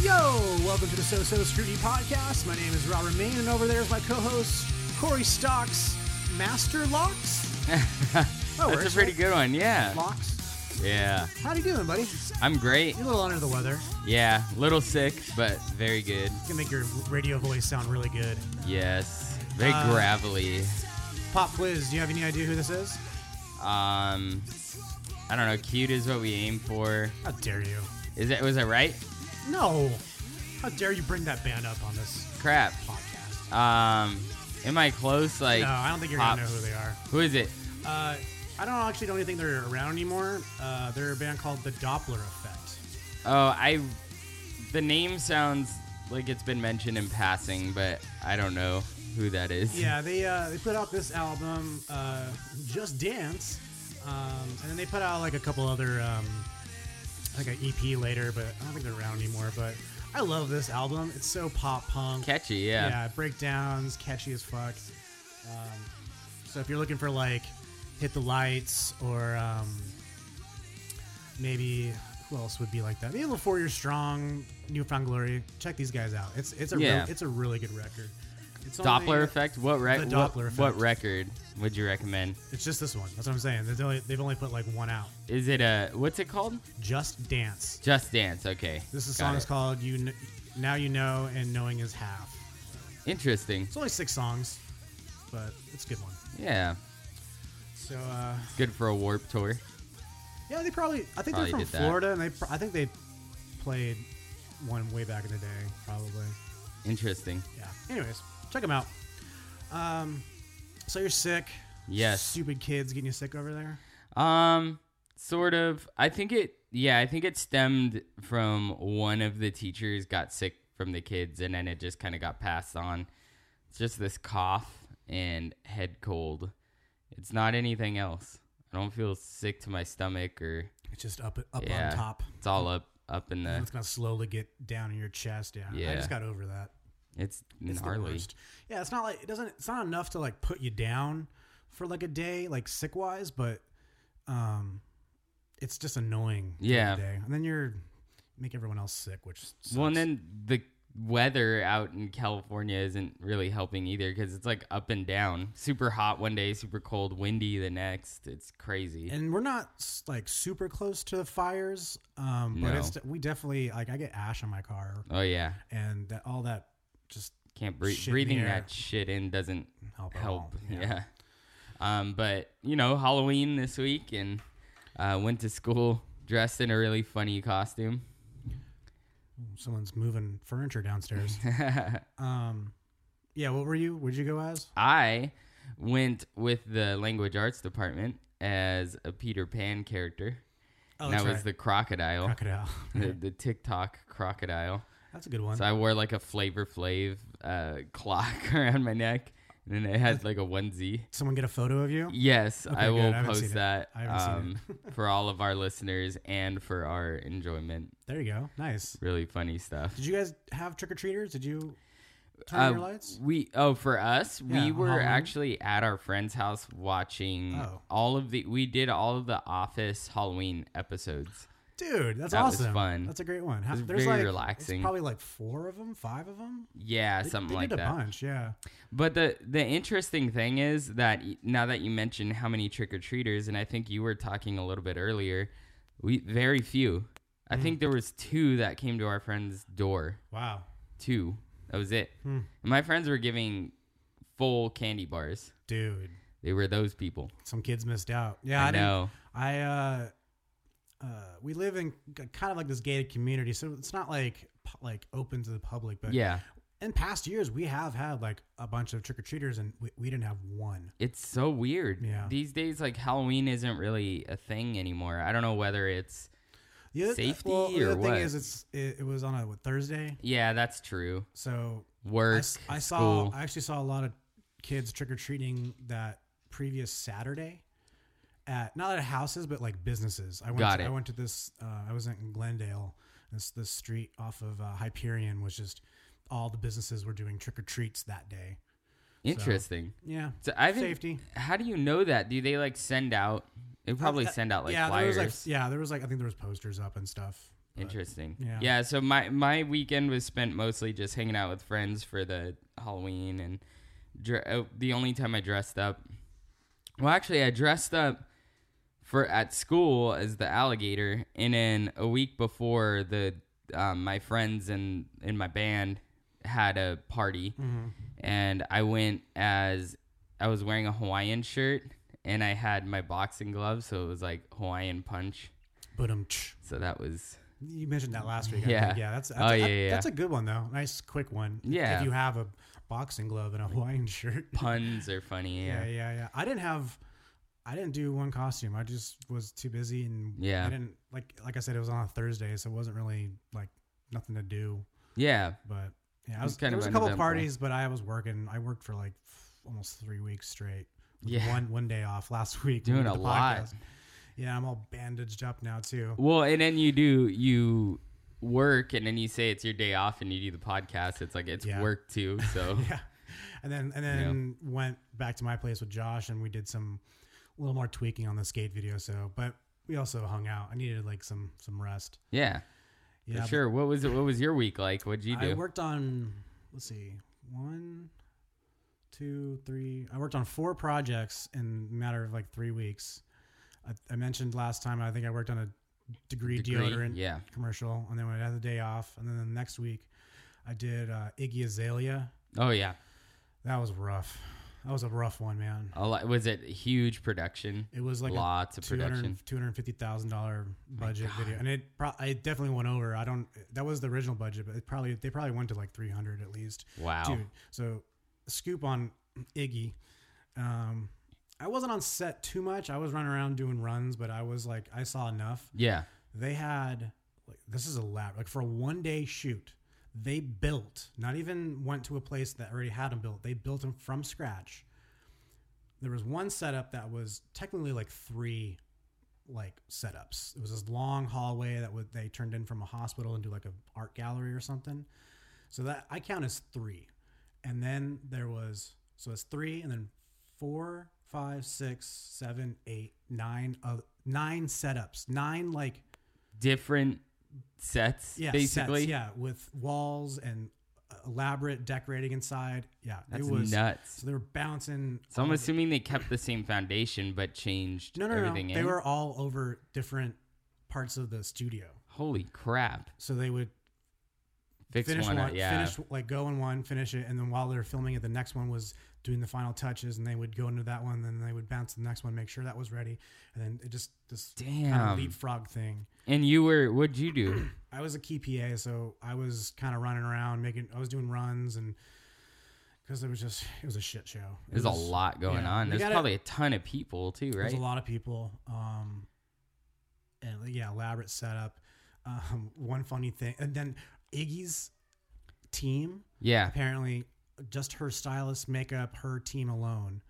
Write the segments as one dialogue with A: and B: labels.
A: Yo! Welcome to the So So Scrutiny Podcast. My name is Robert Main, and over there is my co host, Corey Stocks, Master Locks? Oh,
B: That's a
A: works,
B: pretty
A: right?
B: good one, yeah.
A: Locks.
B: Yeah.
A: How you doing, buddy?
B: I'm great.
A: You're a little under the weather.
B: Yeah. Little sick, but very good.
A: It's gonna make your radio voice sound really good.
B: Yes. Very
A: Uh,
B: gravelly.
A: Pop quiz, do you have any idea who this is?
B: Um I don't know, cute is what we aim for.
A: How dare you?
B: Is that was that right?
A: No! How dare you bring that band up on this
B: Crap.
A: podcast?
B: Um am I close? Like
A: No, I don't think you're gonna know
B: Pops.
A: who they are.
B: Who is it?
A: Uh, I don't actually don't think they're around anymore. Uh, they're a band called The Doppler Effect.
B: Oh, I the name sounds like it's been mentioned in passing, but I don't know who that is.
A: Yeah, they uh, they put out this album, uh, Just Dance, um, and then they put out like a couple other, um, like an EP later, but I don't think they're around anymore. But I love this album. It's so pop punk.
B: Catchy,
A: yeah.
B: yeah.
A: breakdowns, catchy as fuck. Um, so if you're looking for like Hit the Lights or um, maybe who else would be like that? Maybe a little Four Year Strong, Newfound Glory. Check these guys out. It's it's a real-
B: Yeah.
A: it's a really good record. It's uh,
B: Doppler
A: only-
B: effect? What
A: The
B: record?
A: Doppler
B: what,
A: effect.
B: what record would you recommend?
A: It's just this one. That's what I'm saying. They've only, they've only put like one out.
B: Is it a what's it called?
A: Just Dance.
B: Just Dance. Okay.
A: This is
B: Got
A: song
B: it.
A: is called "You Kn- Now You Know" and "Knowing Is Half."
B: Interesting.
A: It's only six songs, but it's a good one.
B: Yeah,
A: So uh,
B: it's good for a warp tour.
A: yeah, they probably I think
B: Probably
A: they're from
B: did that.
A: Florida, and they pr- I think they played one way back in the day, probably.
B: Interesting.
A: Yeah. Anyways, check them out. Um, so you're sick.
B: Yes.
A: Stupid kids getting you sick over there.
B: Um, sort of. I think it. Yeah, I think it stemmed from one of the teachers got sick from the kids, and then it just kind of got passed on. It's just this cough and head cold. It's not anything else. I don't feel sick to my stomach or
A: It's just up up
B: Yeah.
A: on top.
B: it's all up up in
A: And
B: the.
A: it's gonna slowly get down in your chest. Yeah. I
B: Yeah.
A: just got over that.
B: It's
A: It's the
B: gnarly.
A: worst. Yeah, it's not like it doesn't. It's not enough to like put you down for like a day, like sick wise, but um, it's just annoying. during the
B: Yeah.
A: day. and then you're make everyone else sick, which sucks.
B: Well, and then the weather out in California isn't really helping either because it's like up and down. Super hot one day, super cold, windy the next. It's crazy.
A: and we're not s- like super close to the fires, um, but
B: No.
A: it's we definitely like I get ash on my car
B: oh yeah,
A: and that, all that just
B: can't breathe.
A: Shit in the
B: Breathing
A: air.
B: that shit in doesn't
A: help. at all.
B: help. Yeah. Um, but you know, Halloween this week, and uh, went to school dressed in a really funny costume.
A: someone's moving furniture downstairs. um, yeah, what were you? Where'd you go as?
B: I went with the language arts department as a Peter Pan character.
A: Oh,
B: and I
A: that's
B: was
A: right.
B: the crocodile.
A: crocodile.
B: the, the TikTok crocodile.
A: That's a good one.
B: So I wore like a Flavor Flav uh, clock around my neck, and then it had like a onesie.
A: Someone get a photo of you?
B: Yes,
A: Okay,
B: I
A: good.
B: will
A: I haven't seen
B: post
A: it.
B: that um,
A: I haven't seen
B: for all of our listeners and for our enjoyment.
A: There you go. Nice.
B: Really funny stuff.
A: Did you guys have trick or treaters? Did you turn
B: Uh,
A: your lights?
B: we oh for us
A: Yeah,
B: we
A: on
B: were
A: Halloween.
B: actually at our friend's house watching
A: Oh.
B: all of the we did all of the Office Halloween episodes.
A: Dude, that's
B: that was
A: awesome.
B: fun.
A: That's a great one. How-
B: was
A: There's
B: very
A: like
B: relaxing.
A: It's probably like four of them, five of them.
B: Yeah, something
A: they
B: like
A: did a
B: that.
A: bunch. Yeah.
B: But the the interesting thing is that y- now that you mention how many trick or treaters, and I think you were talking a little bit earlier, we very few. I
A: Mm.
B: think there was two that came to our friend's door.
A: Wow.
B: Two. That was it.
A: Hmm.
B: And my friends were giving full candy bars.
A: Dude,
B: They were those people.
A: some kids missed out. Yeah, I,
B: I
A: didn't-
B: know.
A: I uh, uh, we live in k- kind of like this gated community, so it's not like pu- like open to the public. But
B: Yeah,
A: in past years, we have had like a bunch of trick or treaters, and we, we didn't have one.
B: it's so weird.
A: Yeah.
B: These days, like Halloween isn't really a thing anymore. I don't know whether it's
A: The other,
B: Safety
A: well, the
B: or
A: other thing
B: what?
A: is, it's it, it was on a what, Thursday,
B: yeah, that's true.
A: so I,
B: Work.
A: s- I saw
B: school.
A: I actually saw a lot of kids trick or treating that previous Saturday at not at houses but like businesses. I went
B: Got
A: to,
B: it.
A: I went to this uh, I was in Glendale. This this street off of uh, Hyperion was just all the businesses were doing trick or treats that day.
B: Interesting.
A: Yeah.
B: So I think
A: Safety.
B: How do you know that? Do they like send out? They probably
A: Uh,
B: send out like
A: yeah,
B: flyers.
A: There was like, yeah, there was like I think there was posters up and stuff. but-
B: Interesting.
A: yeah.
B: Yeah. So my my weekend was spent mostly just hanging out with friends for the Halloween and dre- oh, the only time I dressed up. Well, actually, I dressed up for at school as the alligator, and then a week before the um, my friends and in my band had a party,
A: Mm-hmm.
B: and I went as I was wearing a Hawaiian shirt and I had my boxing gloves, so it was like Hawaiian punch.
A: But um,
B: So that was
A: you mentioned that last week. I
B: Yeah.
A: think. yeah. That's, that's
B: Oh,
A: a,
B: yeah,
A: that-
B: yeah.
A: That's a good one though. Nice quick one.
B: Yeah.
A: If you have a boxing glove and a Hawaiian shirt.
B: puns are funny.
A: Yeah,
B: Yeah.
A: yeah, yeah. I didn't have, I didn't do one costume. I just was too busy and
B: Yeah.
A: I didn't like like I said it was on a Thursday, so it wasn't really like nothing to do.
B: Yeah.
A: But yeah, I was,
B: kind
A: there
B: of
A: was a couple
B: uneventful.
A: parties, but I was working. I worked for like almost three weeks straight. with
B: Yeah.
A: one one day off last week.
B: Doing
A: with
B: a
A: the
B: lot.
A: podcast. Yeah, I'm all bandaged up now too.
B: Well, and then you do you work and then you say it's your day off and you do the podcast. It's like it's
A: Yeah.
B: work too. So
A: yeah and then and then went back to my place with josh and we did some a little more tweaking on the skate video so but we also hung out i needed like some some rest
B: yeah,
A: yeah
B: for sure. What was it? What was your week like? What'd you
A: i
B: do?
A: worked on let's see one two three i worked on four projects in a matter of like three weeks i, I mentioned last time i think i worked on a degree,
B: Degree?
A: deodorant
B: Yeah.
A: commercial and then when i had the day off and then the next week i did uh, iggy azalea
B: Oh yeah.
A: That was rough. That was a rough one, man.
B: A lot, was it huge production?
A: It was like a
B: Lots of
A: 200
B: production.
A: $250,000 budget video. And it pro- it definitely went over. I don't, that was the original budget, but it probably, they probably went to like 300 at least.
B: Wow.
A: Dude. So scoop on Iggy. Um, I wasn't on set too much. I was running around doing runs, but I was like, I saw enough.
B: Yeah.
A: They had, like, this is elaborate. Like for a one day shoot, they built, not even went to a place that already had them built. They built them from scratch there was one setup that was technically like three like setups. It was this long hallway that would they turned in from a hospital into like a art gallery or something. So that I count as three. And then there was so it's three and then four, five, six, seven, eight, nine of nine setups. Nine like
B: Different sets.
A: yeah,
B: basically.
A: sets, yeah, with walls and uh, elaborate decorating inside. Yeah.
B: That's
A: it was
B: nuts.
A: so they were bouncing
B: So I'm assuming they kept the same foundation but changed
A: No, no, no.
B: everything
A: They
B: in.
A: were all over different parts of the studio.
B: Holy crap.
A: So they would
B: Fix
A: finish
B: one,
A: one,
B: up, yeah.
A: finish like go in one, finish it, and then while they're filming it, the next one was doing the final touches, and they would go into that one, then they would bounce to the next one, make sure that was ready, and then it just this kind
B: Damn.
A: of leapfrog thing.
B: And you were what'd you do?
A: I was a key PA, so I was kind of running around making. I was doing runs and because it was just it was a shit show. It
B: There's a
A: was-
B: lot going
A: yeah.
B: on.
A: We
B: There's
A: gotta-
B: probably a ton of people too, right?
A: There's a lot of people. Um, and like, yeah, elaborate setup. Um, one funny thing, and then Iggy's team
B: Yeah.
A: apparently just her stylist makeup, her team alone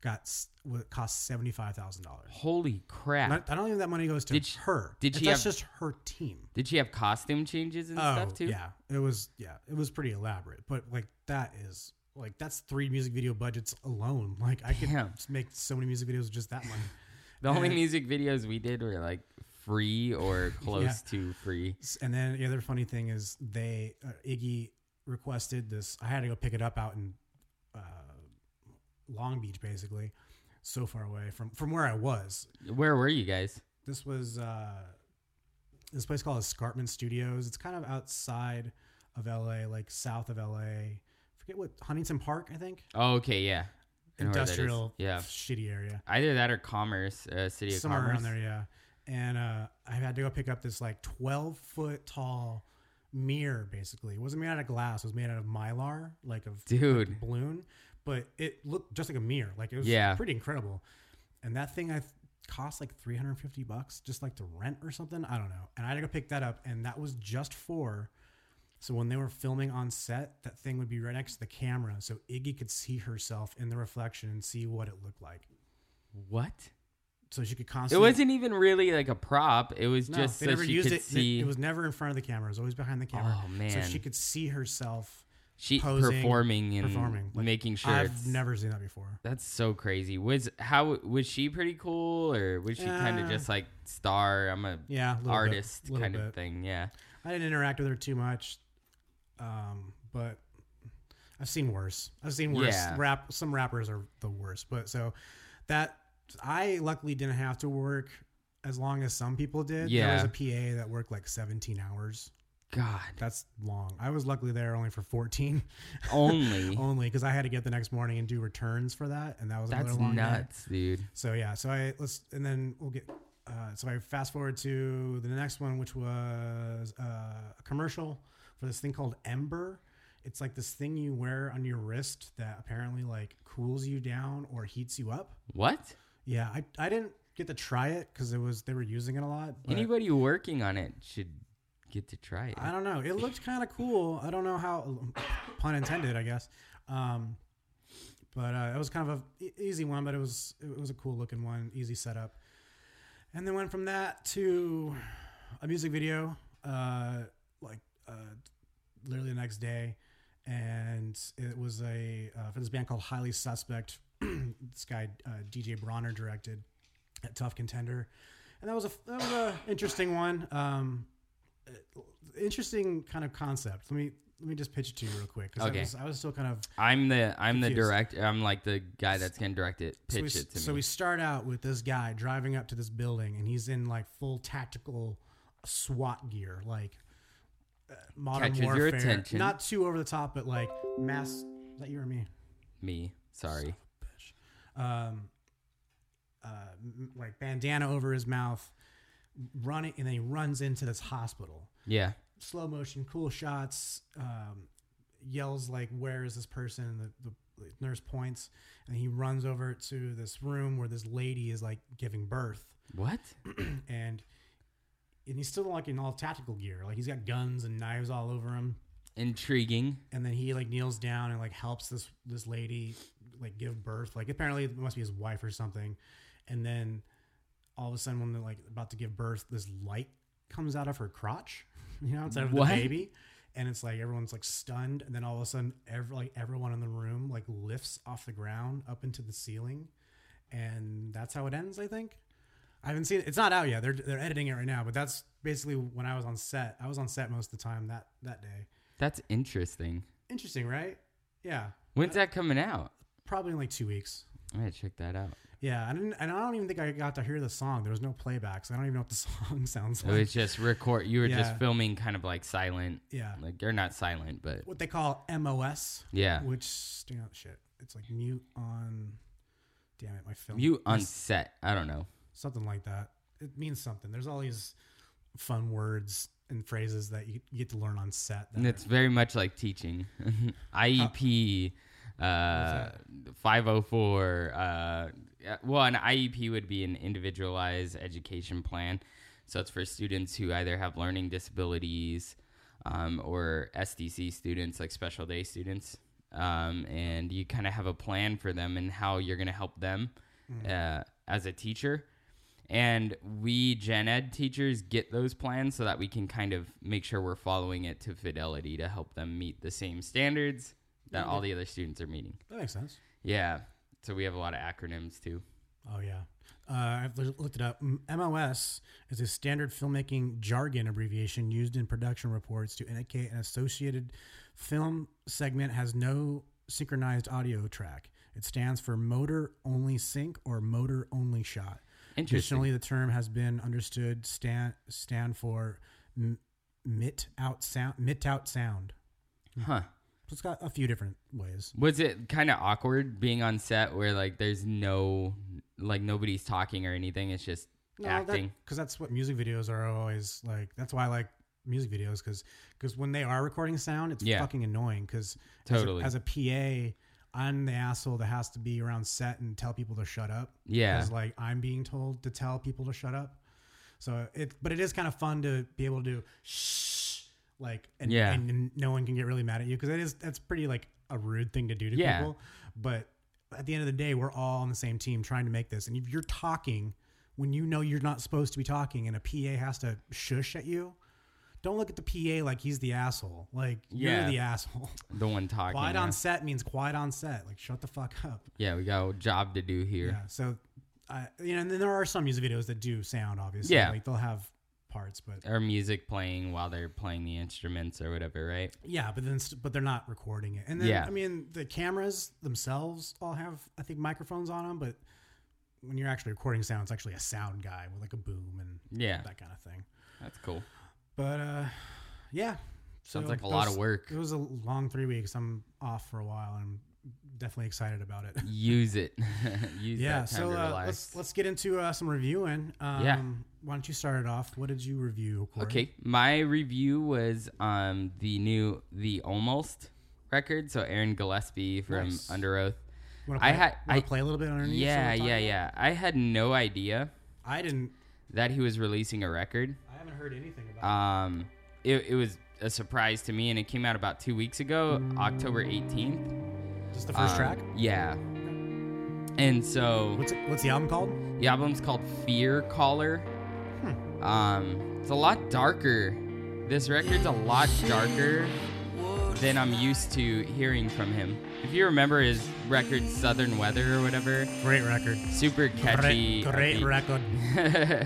A: got s- wa- cost seventy five thousand dollars.
B: Holy crap.
A: I don't think that money goes to
B: Did she-
A: her.
B: did
A: If
B: she
A: that's
B: have-
A: just her team?
B: Did she have costume changes and
A: Oh
B: stuff too?
A: yeah, it was yeah, it was pretty elaborate. But like that is like that's three music video budgets alone. Like I could
B: Damn.
A: s- make so many music videos with just that money.
B: The only
A: And-
B: music videos we did were like free or close
A: Yeah.
B: to free.
A: S- And then the other funny thing is they uh, Iggy requested this. I had to go pick it up out in uh, Long Beach, basically, so far away from from where I was.
B: Where were you guys?
A: This was uh, this place called Escarpment Studios. It's kind of outside of LA, like south of LA. Forget what Huntington Park, I think.
B: Oh, okay, yeah. I know where that is.
A: Industrial,
B: Yeah.
A: shitty area.
B: Either that or commerce, uh, city of
A: somewhere
B: commerce.
A: around there, yeah. And uh, I had to go pick up this like twelve foot tall mirror. Basically, it wasn't made out of glass; it was made out of mylar, like of
B: Dude.
A: balloon. But it looked just like a mirror. Like it was
B: Yeah.
A: pretty incredible. And that thing I th- cost like three hundred fifty bucks, just like to rent or something. I don't know. And I had to go pick that up, and that was just for. So when they were filming on set, that thing would be right next to the camera, so Iggy could see herself in the reflection and see what it looked like.
B: What?
A: So she could
B: It
A: constantly.
B: wasn't even really like a prop. It was
A: No,
B: just
A: they
B: so
A: never
B: she
A: used
B: could
A: it. They-
B: see.
A: It was never in front of the camera. It was always behind the camera.
B: Oh,
A: so
B: man.
A: she could see herself
B: she
A: Posing,
B: performing and
A: performing, like,
B: making sure
A: I've
B: it's-
A: never seen that before.
B: that's so crazy. Was how was she pretty cool or was she kind
A: Uh,
B: of just like star? I'm a
A: Yeah, a little bit,
B: artist
A: little
B: kind
A: bit.
B: of thing. Yeah.
A: I didn't interact with her too much, um, but I've seen worse. I've seen worse.
B: Yeah.
A: Rap. Some rappers are the worst. But so that I luckily didn't have to work as long as some people did.
B: Yeah.
A: There was a PA that worked like 17 hours.
B: God.
A: That's long. I was luckily there only for 14
B: Only.
A: only because I had to get the next morning and do returns for that, and that was
B: That's
A: another long day.
B: nuts, dude.
A: So yeah, so I let's and then we'll get. Uh, so I fast forward to the next one, which was uh, a commercial for this thing called Ember. It's like this thing you wear on your wrist that apparently like cools you down or heats you up.
B: What?
A: Yeah, I, I didn't get to try it because it was they were using it a lot. but
B: Anybody working on it should get to try it.
A: I don't know. It looked kind of cool. I don't know how, pun intended, I guess. Um, but uh, it was kind of a e- easy one, but it was it was a cool looking one, easy setup. And then went from that to a music video, uh, like uh, literally the next day, and it was a uh, for this band called Highly Suspect. this guy uh, DJ Bronner directed at Tough Contender, and that was a that was a interesting one. Um, interesting kind of concept. Let me let me just pitch it to you real quick. 'cause I
B: Okay.
A: was, I was still kind of
B: I'm the I'm the
A: Confused.
B: director. I'm like the guy that's gonna direct it.
A: so we,
B: Pitch it to
A: so
B: me.
A: we start out with this guy driving up to this building, and he's in like full tactical SWAT gear, like uh, modern
B: Catches your
A: warfare.
B: attention.
A: Not too over the top, but like mass. Is that you or me?
B: me. Sorry.
A: Um, uh, m- like bandana over his mouth, running, and then he runs into this hospital.
B: Yeah.
A: slow motion, cool shots. Um, yells like, "Where is this person?" And the, the nurse points, and he runs over to this room where this lady is like giving birth,
B: What?
A: and and he's still like in all tactical gear, like he's got guns and knives all over him.
B: Intriguing.
A: And then he like kneels down and like helps this this lady like give birth. Like apparently it must be his wife or something. And then all of a sudden when they're like about to give birth, this light comes out of her crotch, you know, outside of
B: What?
A: the baby. And it's like everyone's like stunned, and then all of a sudden, every like everyone in the room like lifts off the ground up into the ceiling, and that's how it ends. I think I haven't seen it. it's not out yet. They're they're editing it right now, but that's basically when I was on set. I was on set most of the time that that day.
B: That's interesting.
A: Interesting, right? Yeah,
B: When's that coming out?
A: probably in like two weeks.
B: I gotta check that out.
A: Yeah, I didn't, and I don't even think I got to hear the song. There was no playback, so I don't even know what the song sounds
B: It
A: like.
B: was just record. You were
A: Yeah.
B: just filming, kind of like silent.
A: yeah,
B: Like you're not silent, but
A: what they call MOS,
B: yeah.
A: which stand out shit. It's like mute on. Damn it, my film.
B: You
A: my
B: on set. I don't know.
A: something like that. It means something. There's all these fun words and phrases that you, you get to learn on set. that
B: And it's very much like teaching. IEP, uh, 504. Uh, yeah, well, an IEP would be an individualized education plan. So it's for students who either have learning disabilities um, or SDC students, like special day students. Um, and you kind of have a plan for them and how you're going to help them uh, as a teacher. And we gen ed teachers get those plans so that we can kind of make sure we're following it to fidelity to help them meet the same standards that all the other students are meeting.
A: that makes sense.
B: Yeah. So we have a lot of acronyms too.
A: Oh yeah, uh, I've loo- looked it up. M- MOS is a standard filmmaking jargon abbreviation used in production reports to indicate an associated film segment has no synchronized audio track. It stands for motor only sync or motor only shot.
B: Interesting.
A: Traditionally, the term has been understood stand stand for m- mit out sound mit out sound.
B: Huh.
A: So it's got a few different ways.
B: Was it kind of awkward being on set where like there's no, like nobody's talking or anything? It's just acting.
A: because that's what music videos are always like. That's why I like music videos because when they are recording sound, it's
B: Yeah.
A: fucking annoying. Because
B: Totally.
A: as a, PA, I'm the asshole that has to be around set and tell people to shut up.
B: Yeah.
A: because like I'm being told to tell people to shut up. So it, but it is kind of fun to be able to shh, like, and,
B: Yeah.
A: and no one can get really mad at you because it is that's pretty like a rude thing to do to
B: Yeah.
A: people. But at the end of the day, we're all on the same team trying to make this. And if you're talking when you know you're not supposed to be talking, and a PA has to shush at you, don't look at the PA like he's the asshole. Like
B: Yeah.
A: you're the asshole.
B: The one talking.
A: Quiet
B: yeah.
A: on set means quiet on set. Like shut the fuck up.
B: yeah, we got a job to do here.
A: Yeah. So, I you know, and then there are some music videos that do sound obviously.
B: Yeah.
A: Like they'll have parts, but
B: Or music playing while they're playing the instruments or whatever, right?
A: yeah, but then st- but they're not recording it. And then
B: Yeah.
A: I mean, the cameras themselves all have I think microphones on them, but when you're actually recording sound, it's actually a sound guy with like a boom and
B: Yeah,
A: that kind of thing.
B: that's cool.
A: But uh, yeah.
B: Sounds
A: So
B: like a
A: that
B: lot
A: was-
B: of work.
A: It was a long three weeks. I'm off for a while. and I'm definitely excited about it.
B: Use it. Use
A: yeah.
B: that time
A: So
B: to
A: uh,
B: relax.
A: let's let's get into uh, some reviewing. Um,
B: Yeah.
A: Why don't you start it off? What did you review? Corey?
B: Okay, my review was um the new the almost record. So Aaron Gillespie from
A: Nice.
B: Under Oath.
A: Wanna
B: I
A: play-
B: had-
A: wanna
B: I-
A: play a little bit underneath.
B: Yeah,
A: so we talk
B: yeah,
A: about it?
B: yeah. I had no idea
A: I didn't.
B: that he was releasing a record.
A: I haven't heard anything about.
B: Um, it, it was a surprise to me, and it came out about two weeks ago, October eighteenth.
A: it. Just the first track.
B: Yeah. And so
A: What's it, what's the album called?
B: the album's called Fear Caller.
A: Hmm.
B: Um, it's a lot darker. This record's a lot darker than I'm used to hearing from him. If you remember his record Southern Weather or whatever,
A: Great record.
B: super catchy.
A: great great
B: upbeat.
A: record.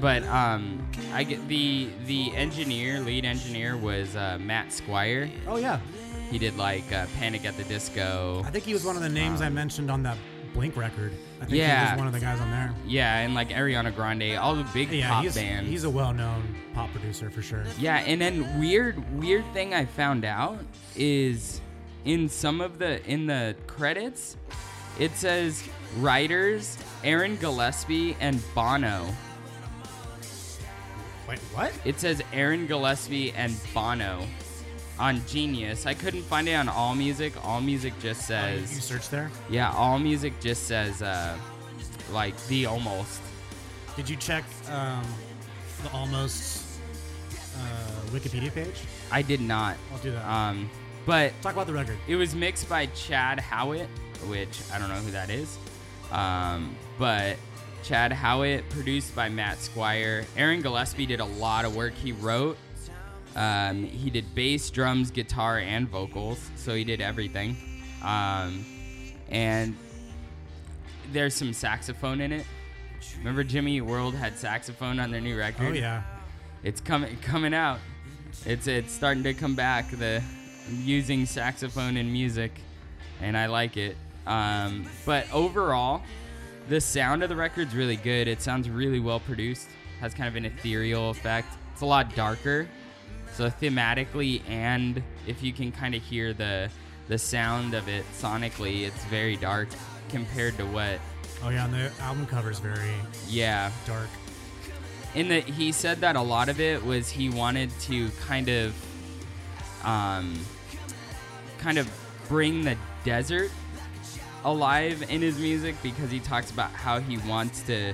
B: but um, I get the the engineer, lead engineer was uh, Matt Squire.
A: Oh yeah,
B: He did like uh, Panic at the Disco.
A: I think he was one of the names I mentioned on that Blink record. I think he
B: Yeah.
A: was one of the guys on there.
B: Yeah, and like Ariana Grande, all the big
A: Yeah,
B: pop
A: he's
B: bands.
A: he's a well-known pop producer for sure.
B: Yeah, and then weird weird thing I found out is in some of the in the credits it says writers Aaron Gillespie and Bono.
A: Wait, what?
B: It says Aaron Gillespie and Bono on Genius. I couldn't find it on All Music. All Music just
A: Oh, you, you
B: says
A: searched there?
B: Yeah, All Music just says uh like the almost.
A: Did you check um, the almost uh, Wikipedia page?
B: I did not.
A: I'll do that.
B: Um but
A: Talk about the record.
B: It was mixed by Chad Howitt, which I don't know who that is. Um, but Chad Howitt, produced by Matt Squire. Aaron Gillespie did a lot of work. He wrote, um, he did bass, drums, guitar, and vocals. So he did everything. Um, and there's some saxophone in it. Remember Jimmy Eat World had saxophone on their new record?
A: Oh yeah.
B: it's coming coming out. It's it's starting to come back. The using saxophone in music, and I like it. Um, but overall, the sound of the record's really good. It sounds really well produced. Has kind of an ethereal effect. It's a lot darker, so thematically and if you can kind of hear the the sound of it sonically, it's very dark compared to what.
A: Oh yeah, and the album cover's very
B: Yeah,
A: dark.
B: in the he said that a lot of it was he wanted to kind of um kind of bring the desert alive in his music because he talks about how he wants to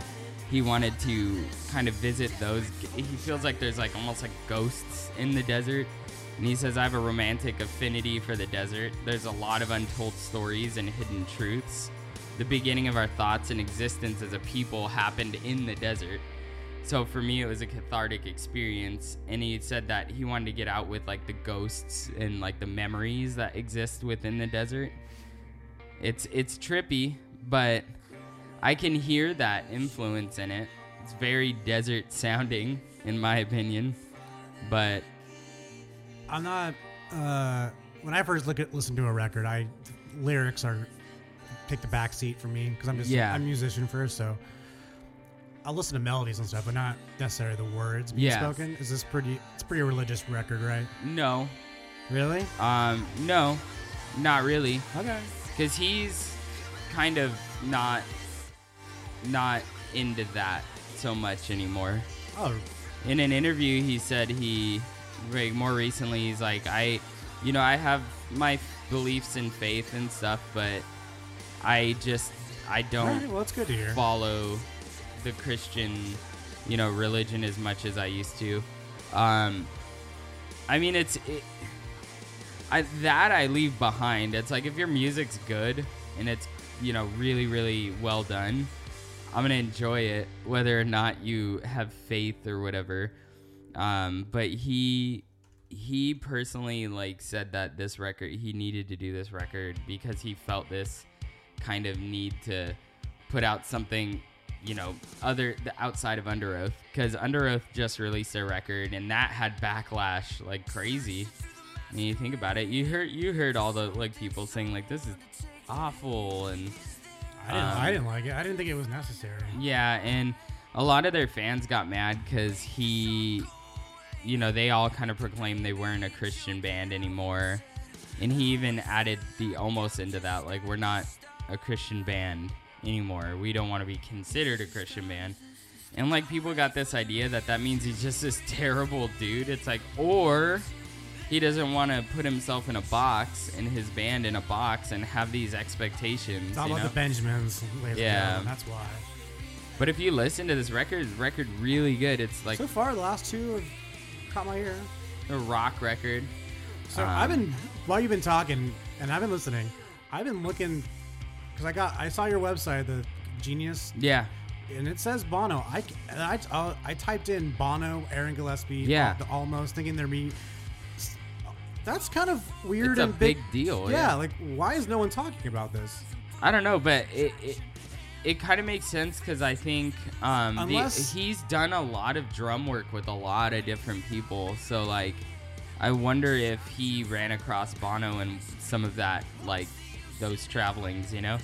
B: he wanted to kind of visit those he feels like there's like almost like ghosts in the desert and he says i have a romantic affinity for the desert there's a lot of untold stories and hidden truths the beginning of our thoughts and existence as a people happened in the desert so for me, it was a cathartic experience. And he said that he wanted to get out with like the ghosts and like the memories that exist within the desert. It's it's trippy, but I can hear that influence in it. It's very desert sounding, in my opinion. But
A: I'm not. Uh, when I first look at listen to a record, I lyrics are take the back seat for me because I'm just
B: Yeah.
A: I'm a musician first, so I'll listen to melodies and stuff, but not necessarily the words being
B: Yeah.
A: spoken. Is this pretty? It's a pretty religious record, right?
B: no,
A: Really?
B: um, no, not really.
A: Okay.
B: because he's kind of not not into that so much anymore.
A: Oh,
B: In an interview, he said he like more recently he's like I, you know, I have my beliefs and faith and stuff, but I just I
A: all right,
B: don't
A: well, that's good to hear.
B: follow the Christian, you know, religion as much as I used to. Um, I mean, it's it, I that I leave behind. It's like if your music's good and it's you know really really well done, I'm gonna enjoy it whether or not you have faith or whatever. Um, but he he personally like said that this record he needed to do this record because he felt this kind of need to put out something you know other the outside of under oath because under oath just released their record and that had backlash like crazy I mean, you think about it you heard you heard all the like people saying like this is awful and
A: I didn't,
B: Um,
A: I didn't like it. I didn't think it was necessary.
B: yeah, and a lot of their fans got mad because he, you know, they all kind of proclaimed they weren't a Christian band anymore. And he even added the almost into that, like, we're not a Christian band anymore. We don't want to be considered a Christian band. And, like, people got this idea that that means he's just this terrible dude. It's like, or he doesn't want to put himself in a box and his band in a box and have these expectations.
A: It's all
B: you
A: about
B: know?
A: the Benjamins. Later
B: Yeah.
A: on, that's why.
B: But if you listen to this record, this record really good. It's like
A: so far, the last two have caught my ear.
B: a rock record.
A: So
B: Um,
A: I've been while you've been talking and I've been listening. I've been looking because I got I saw your website, the Genius,
B: Yeah,
A: and it says Bono. I c- and I, uh, I typed in Bono, Aaron Gillespie,
B: Yeah.
A: the almost thinking they're me. That's kind of weird
B: it's a
A: and
B: big, deal.
A: Yeah, like why is no one talking about this?
B: I don't know, but it it, it kind of makes sense because I think um, the-
A: Unless-
B: he's done a lot of drum work with a lot of different people. So like, I wonder if he ran across Bono and some of that like those travelings. You know,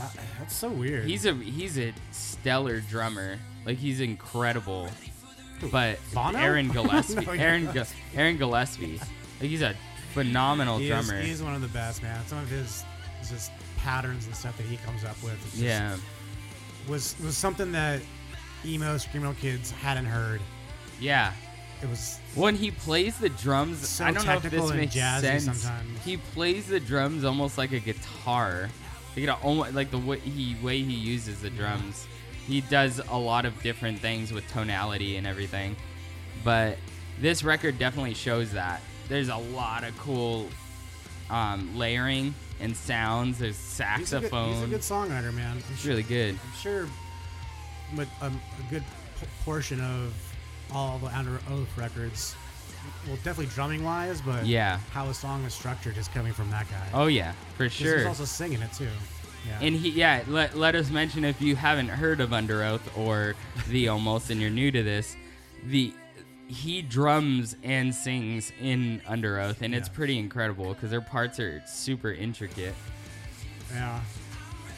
A: Uh, that's so weird.
B: he's a he's a stellar drummer. Like he's incredible. But
A: Bono?
B: Aaron Gillespie,
A: No, you're
B: Aaron
A: not.
B: Gu- Aaron Gillespie, like he's a phenomenal
A: he is,
B: drummer.
A: he is one of the best, man. Some of his just patterns and stuff that he comes up with. is just-
B: yeah,
A: was was something that emo screamo kids hadn't heard.
B: yeah.
A: It was
B: When he plays the drums,
A: So
B: I don't know if
A: technical
B: this
A: and
B: makes
A: jazzy
B: sense.
A: sometimes.
B: He plays the drums almost like a guitar. You know, almost like the way he way he uses the drums. He does a lot of different things with tonality and everything. But this record definitely shows that. There's a lot of cool um, layering and sounds. There's
A: he's a, good,
B: saxophone.
A: he's a good songwriter, man. I'm
B: it's
A: sure,
B: really good.
A: I'm sure but um, a good p- portion of all the Under Oath records, well, definitely drumming wise, but
B: Yeah.
A: how a song is structured is coming from that guy.
B: Oh yeah, for
A: 'Cause He's
B: sure.
A: also singing it too. Yeah.
B: And he, yeah, let, let us mention if you haven't heard of Under Oath or The Almost, and you're new to this, the he drums and sings in Under Oath, and it's
A: Yeah.
B: pretty incredible because their parts are super intricate.
A: yeah.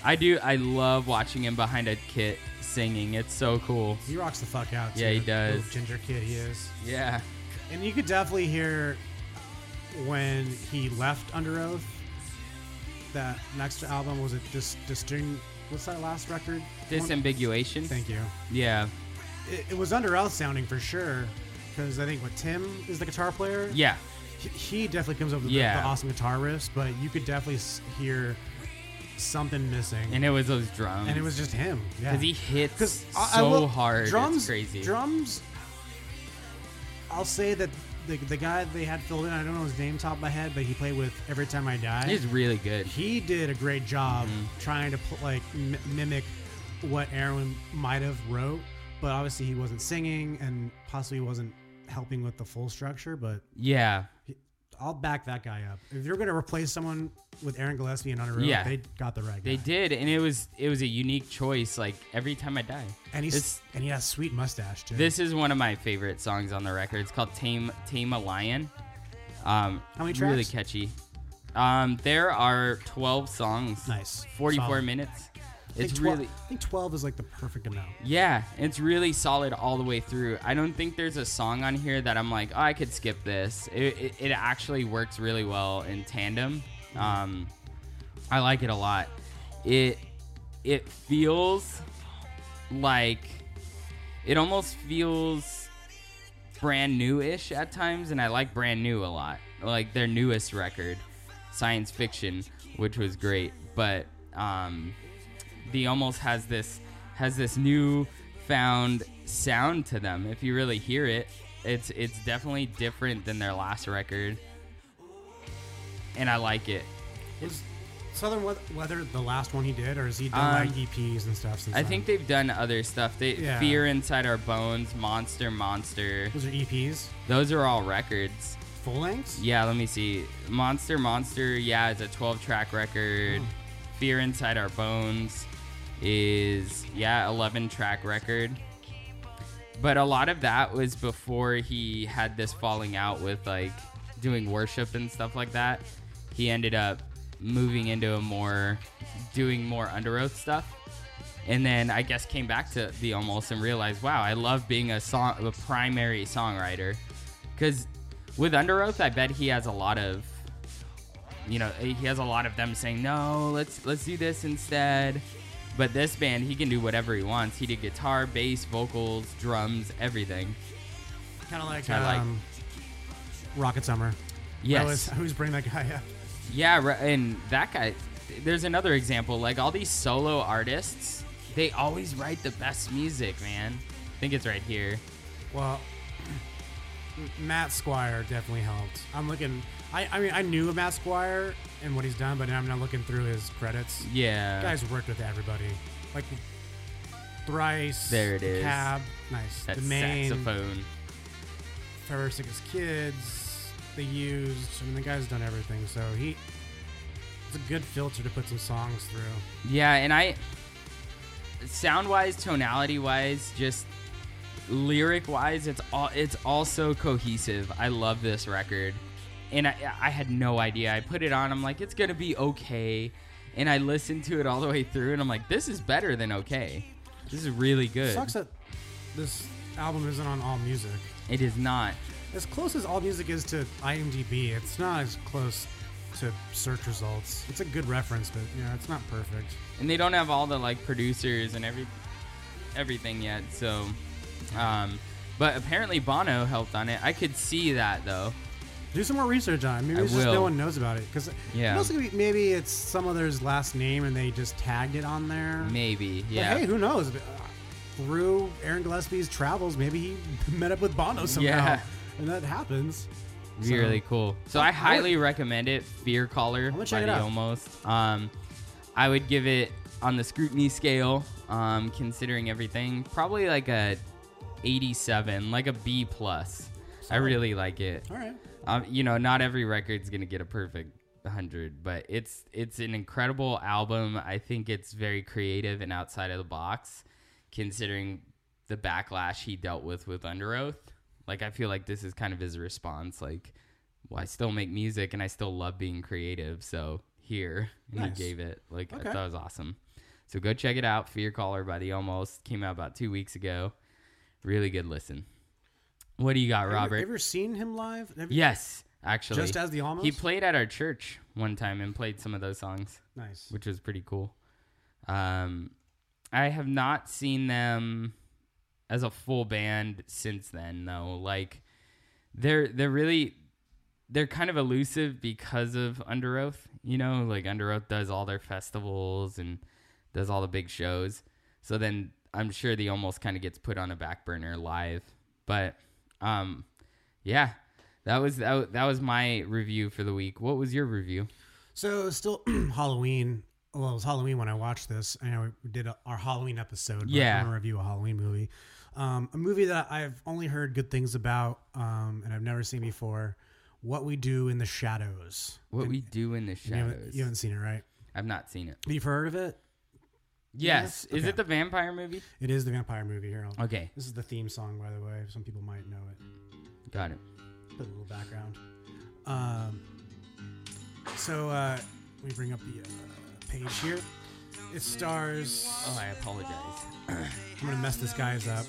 B: I do, I love watching him behind a kit singing. It's so cool.
A: He rocks the fuck out. Too.
B: Yeah, he does.
A: Little ginger kid, he is.
B: Yeah,
A: And you could definitely hear when he left Under Oath. That next album was it just distinct? What's that last record?
B: disambiguation.
A: Thank you.
B: Yeah,
A: It, it was Under Oath sounding for sure, because I think what Tim is the guitar player.
B: yeah,
A: He, he definitely comes up with the-
B: Yeah.
A: the, awesome guitar riffs, but you could definitely s- hear something missing,
B: and it was those drums.
A: And it was just him. Yeah.
B: because he hits
A: because
B: so
A: I, I will-
B: hard.
A: Drums,
B: it's crazy.
A: Drums. I'll say that the, the guy they had filled in, I don't know his name top of my head, but he played with Every Time I Die.
B: He's really good.
A: he did a great job
B: Mm-hmm.
A: trying to pl- like m- mimic what Aaron might have wrote, but obviously he wasn't singing and possibly wasn't helping with the full structure. But
B: Yeah,
A: I'll back that guy up. If you're gonna replace someone with Aaron Gillespie and Under Oath,
B: Yeah.
A: they got the right guy.
B: They did, and it was it was a unique choice. Like every time I die,
A: and he's
B: It's-
A: and he has sweet mustache too.
B: this is one of my favorite songs on the record. It's called "Tame Tame a Lion." Um,
A: How many
B: Really
A: tracks?
B: catchy. Um, there are twelve songs.
A: Nice.
B: Forty-four
A: Solid.
B: minutes.
A: I think
B: It's
A: 12
B: really
A: I think twelve is like the perfect amount.
B: yeah, it's really solid all the way through. I don't think there's a song on here that I'm like, oh, I could skip this. It, it, it actually works really well in tandem. Um, I like it a lot. It it feels like it almost feels brand new-ish at times, and I like brand new a lot. Like their newest record, Science Fiction, which was great, but um, the almost has this has this new found sound to them. If you really hear it, it's it's definitely different than their last record, and I like it.
A: Was Southern Weather, Weather the last one he did, or has he done
B: Um,
A: like EPs and stuff since
B: I
A: then?
B: think they've done other stuff. They
A: Yeah.
B: Fear Inside Our Bones, Monster, Monster.
A: those are EPs,
B: Those are all records.
A: E full lengths.
B: Yeah, let me see. Monster, Monster. Yeah, is a 12 track record. Fear Inside Our Bones is yeah 11 track record. But a lot of that was before he had this falling out with like doing worship and stuff like that. He ended up moving into a more doing more under oath stuff and then I guess came back to the almost and realized, wow, I love being a song, a primary songwriter, because with Under Oath, I bet he has a lot of, you know, he has a lot of them saying, no, let's let's do this instead. But this band, he can do whatever he wants. He did guitar, bass, vocals, drums, everything.
A: kind of like
B: I like.
A: um, Rocket Summer. I
B: Yes.
A: always, I always bring that guy up.
B: Yeah, ri- and that guy. There's another example. Like all these solo artists, they always write the best music, man. I think it's right here.
A: Well, M- Matt Squire definitely helped. I'm looking. I, I mean, I knew of Matt Squire and what he's done, but now I'm now looking through his credits.
B: Yeah.
A: Guys worked with everybody, like Thrice.
B: There it
A: The
B: is.
A: Cab, nice.
B: That
A: the main.
B: saxophone.
A: Forever Sickest Kids. They used. I mean, the guy's done everything, so he. It's a good filter to put some songs through.
B: Yeah, and I sound wise, tonality wise, just lyric wise, it's all it's all so cohesive. I love this record. And I I had no idea. I put it on, I'm like, it's gonna be okay. And I listened to it all the way through and I'm like, this is better than okay. This is really good.
A: Sucks that this album isn't on All Music.
B: It is not.
A: As close as All Music is to IMDb, it's not as close to search results. It's a good reference, but you know, it's not perfect.
B: and they don't have all the like producers and every everything yet. So, um, but apparently Bono helped on it. I could see that though.
A: Do some more research on it. Maybe
B: I
A: it's just
B: will.
A: no one knows about it because
B: Yeah.
A: maybe it's some other's last name and they just tagged it on there.
B: Maybe,
A: But
B: yeah,
A: hey, who knows? Uh, Through Aaron Gillespie's travels, maybe he met up with Bono somehow,
B: Yeah.
A: and that happens. So-
B: really cool. So I, highly recommend it. Fear Caller
A: gonna
B: by
A: check it
B: the
A: out.
B: Almost. Um, I would give it on the scrutiny scale, um, considering everything, probably like a 87, like a B plus. I really like it.
A: All right.
B: um, you know, not every record's gonna get a perfect hundred, but it's it's an incredible album. I think it's very creative and outside of the box, considering the backlash he dealt with with Under Oath. Like, I feel like this is kind of his response. Like, well, I still make music and I still love being creative, so here and
A: Nice.
B: he gave it. Like,
A: Okay.
B: I thought it was awesome. So go check it out. Fear Caller by the Almost came out about two weeks ago. Really good listen. What do you got,
A: Have you
B: Robert?
A: ever seen him live? Have you-
B: Yes, actually.
A: Just as the almost.
B: he played at our church one time and played some of those songs,
A: nice.
B: which was pretty cool. Um, I have not seen them as a full band since then, though. Like they're they're really they're kind of elusive because of Under Oath. You know, like Under Oath does all their festivals and does all the big shows. So then I'm sure the almost kind of gets put on a back burner live. But um, yeah, that was that, wa- that was my review for the week. What was your review?
A: So still Halloween. Well, it was Halloween when I watched this. I know we did a, our Halloween episode. But
B: Yeah.
A: I'm gonna review a Halloween movie. Um, a movie that I've only heard good things about, um, and I've never seen before. What we do in the shadows.
B: What we do in the
A: You haven't,
B: shadows?
A: you haven't seen it, right?
B: I've not seen it.
A: You've heard of it?
B: Yes, is
A: Okay.
B: it the vampire movie?
A: It is the vampire movie here. I'll-
B: Okay,
A: This is the theme song, by the way. Some people might know it.
B: got it.
A: Put a little background. Um, so uh, let me bring up the uh, page here. It stars.
B: Oh, I apologize.
A: I'm gonna mess this guy's up.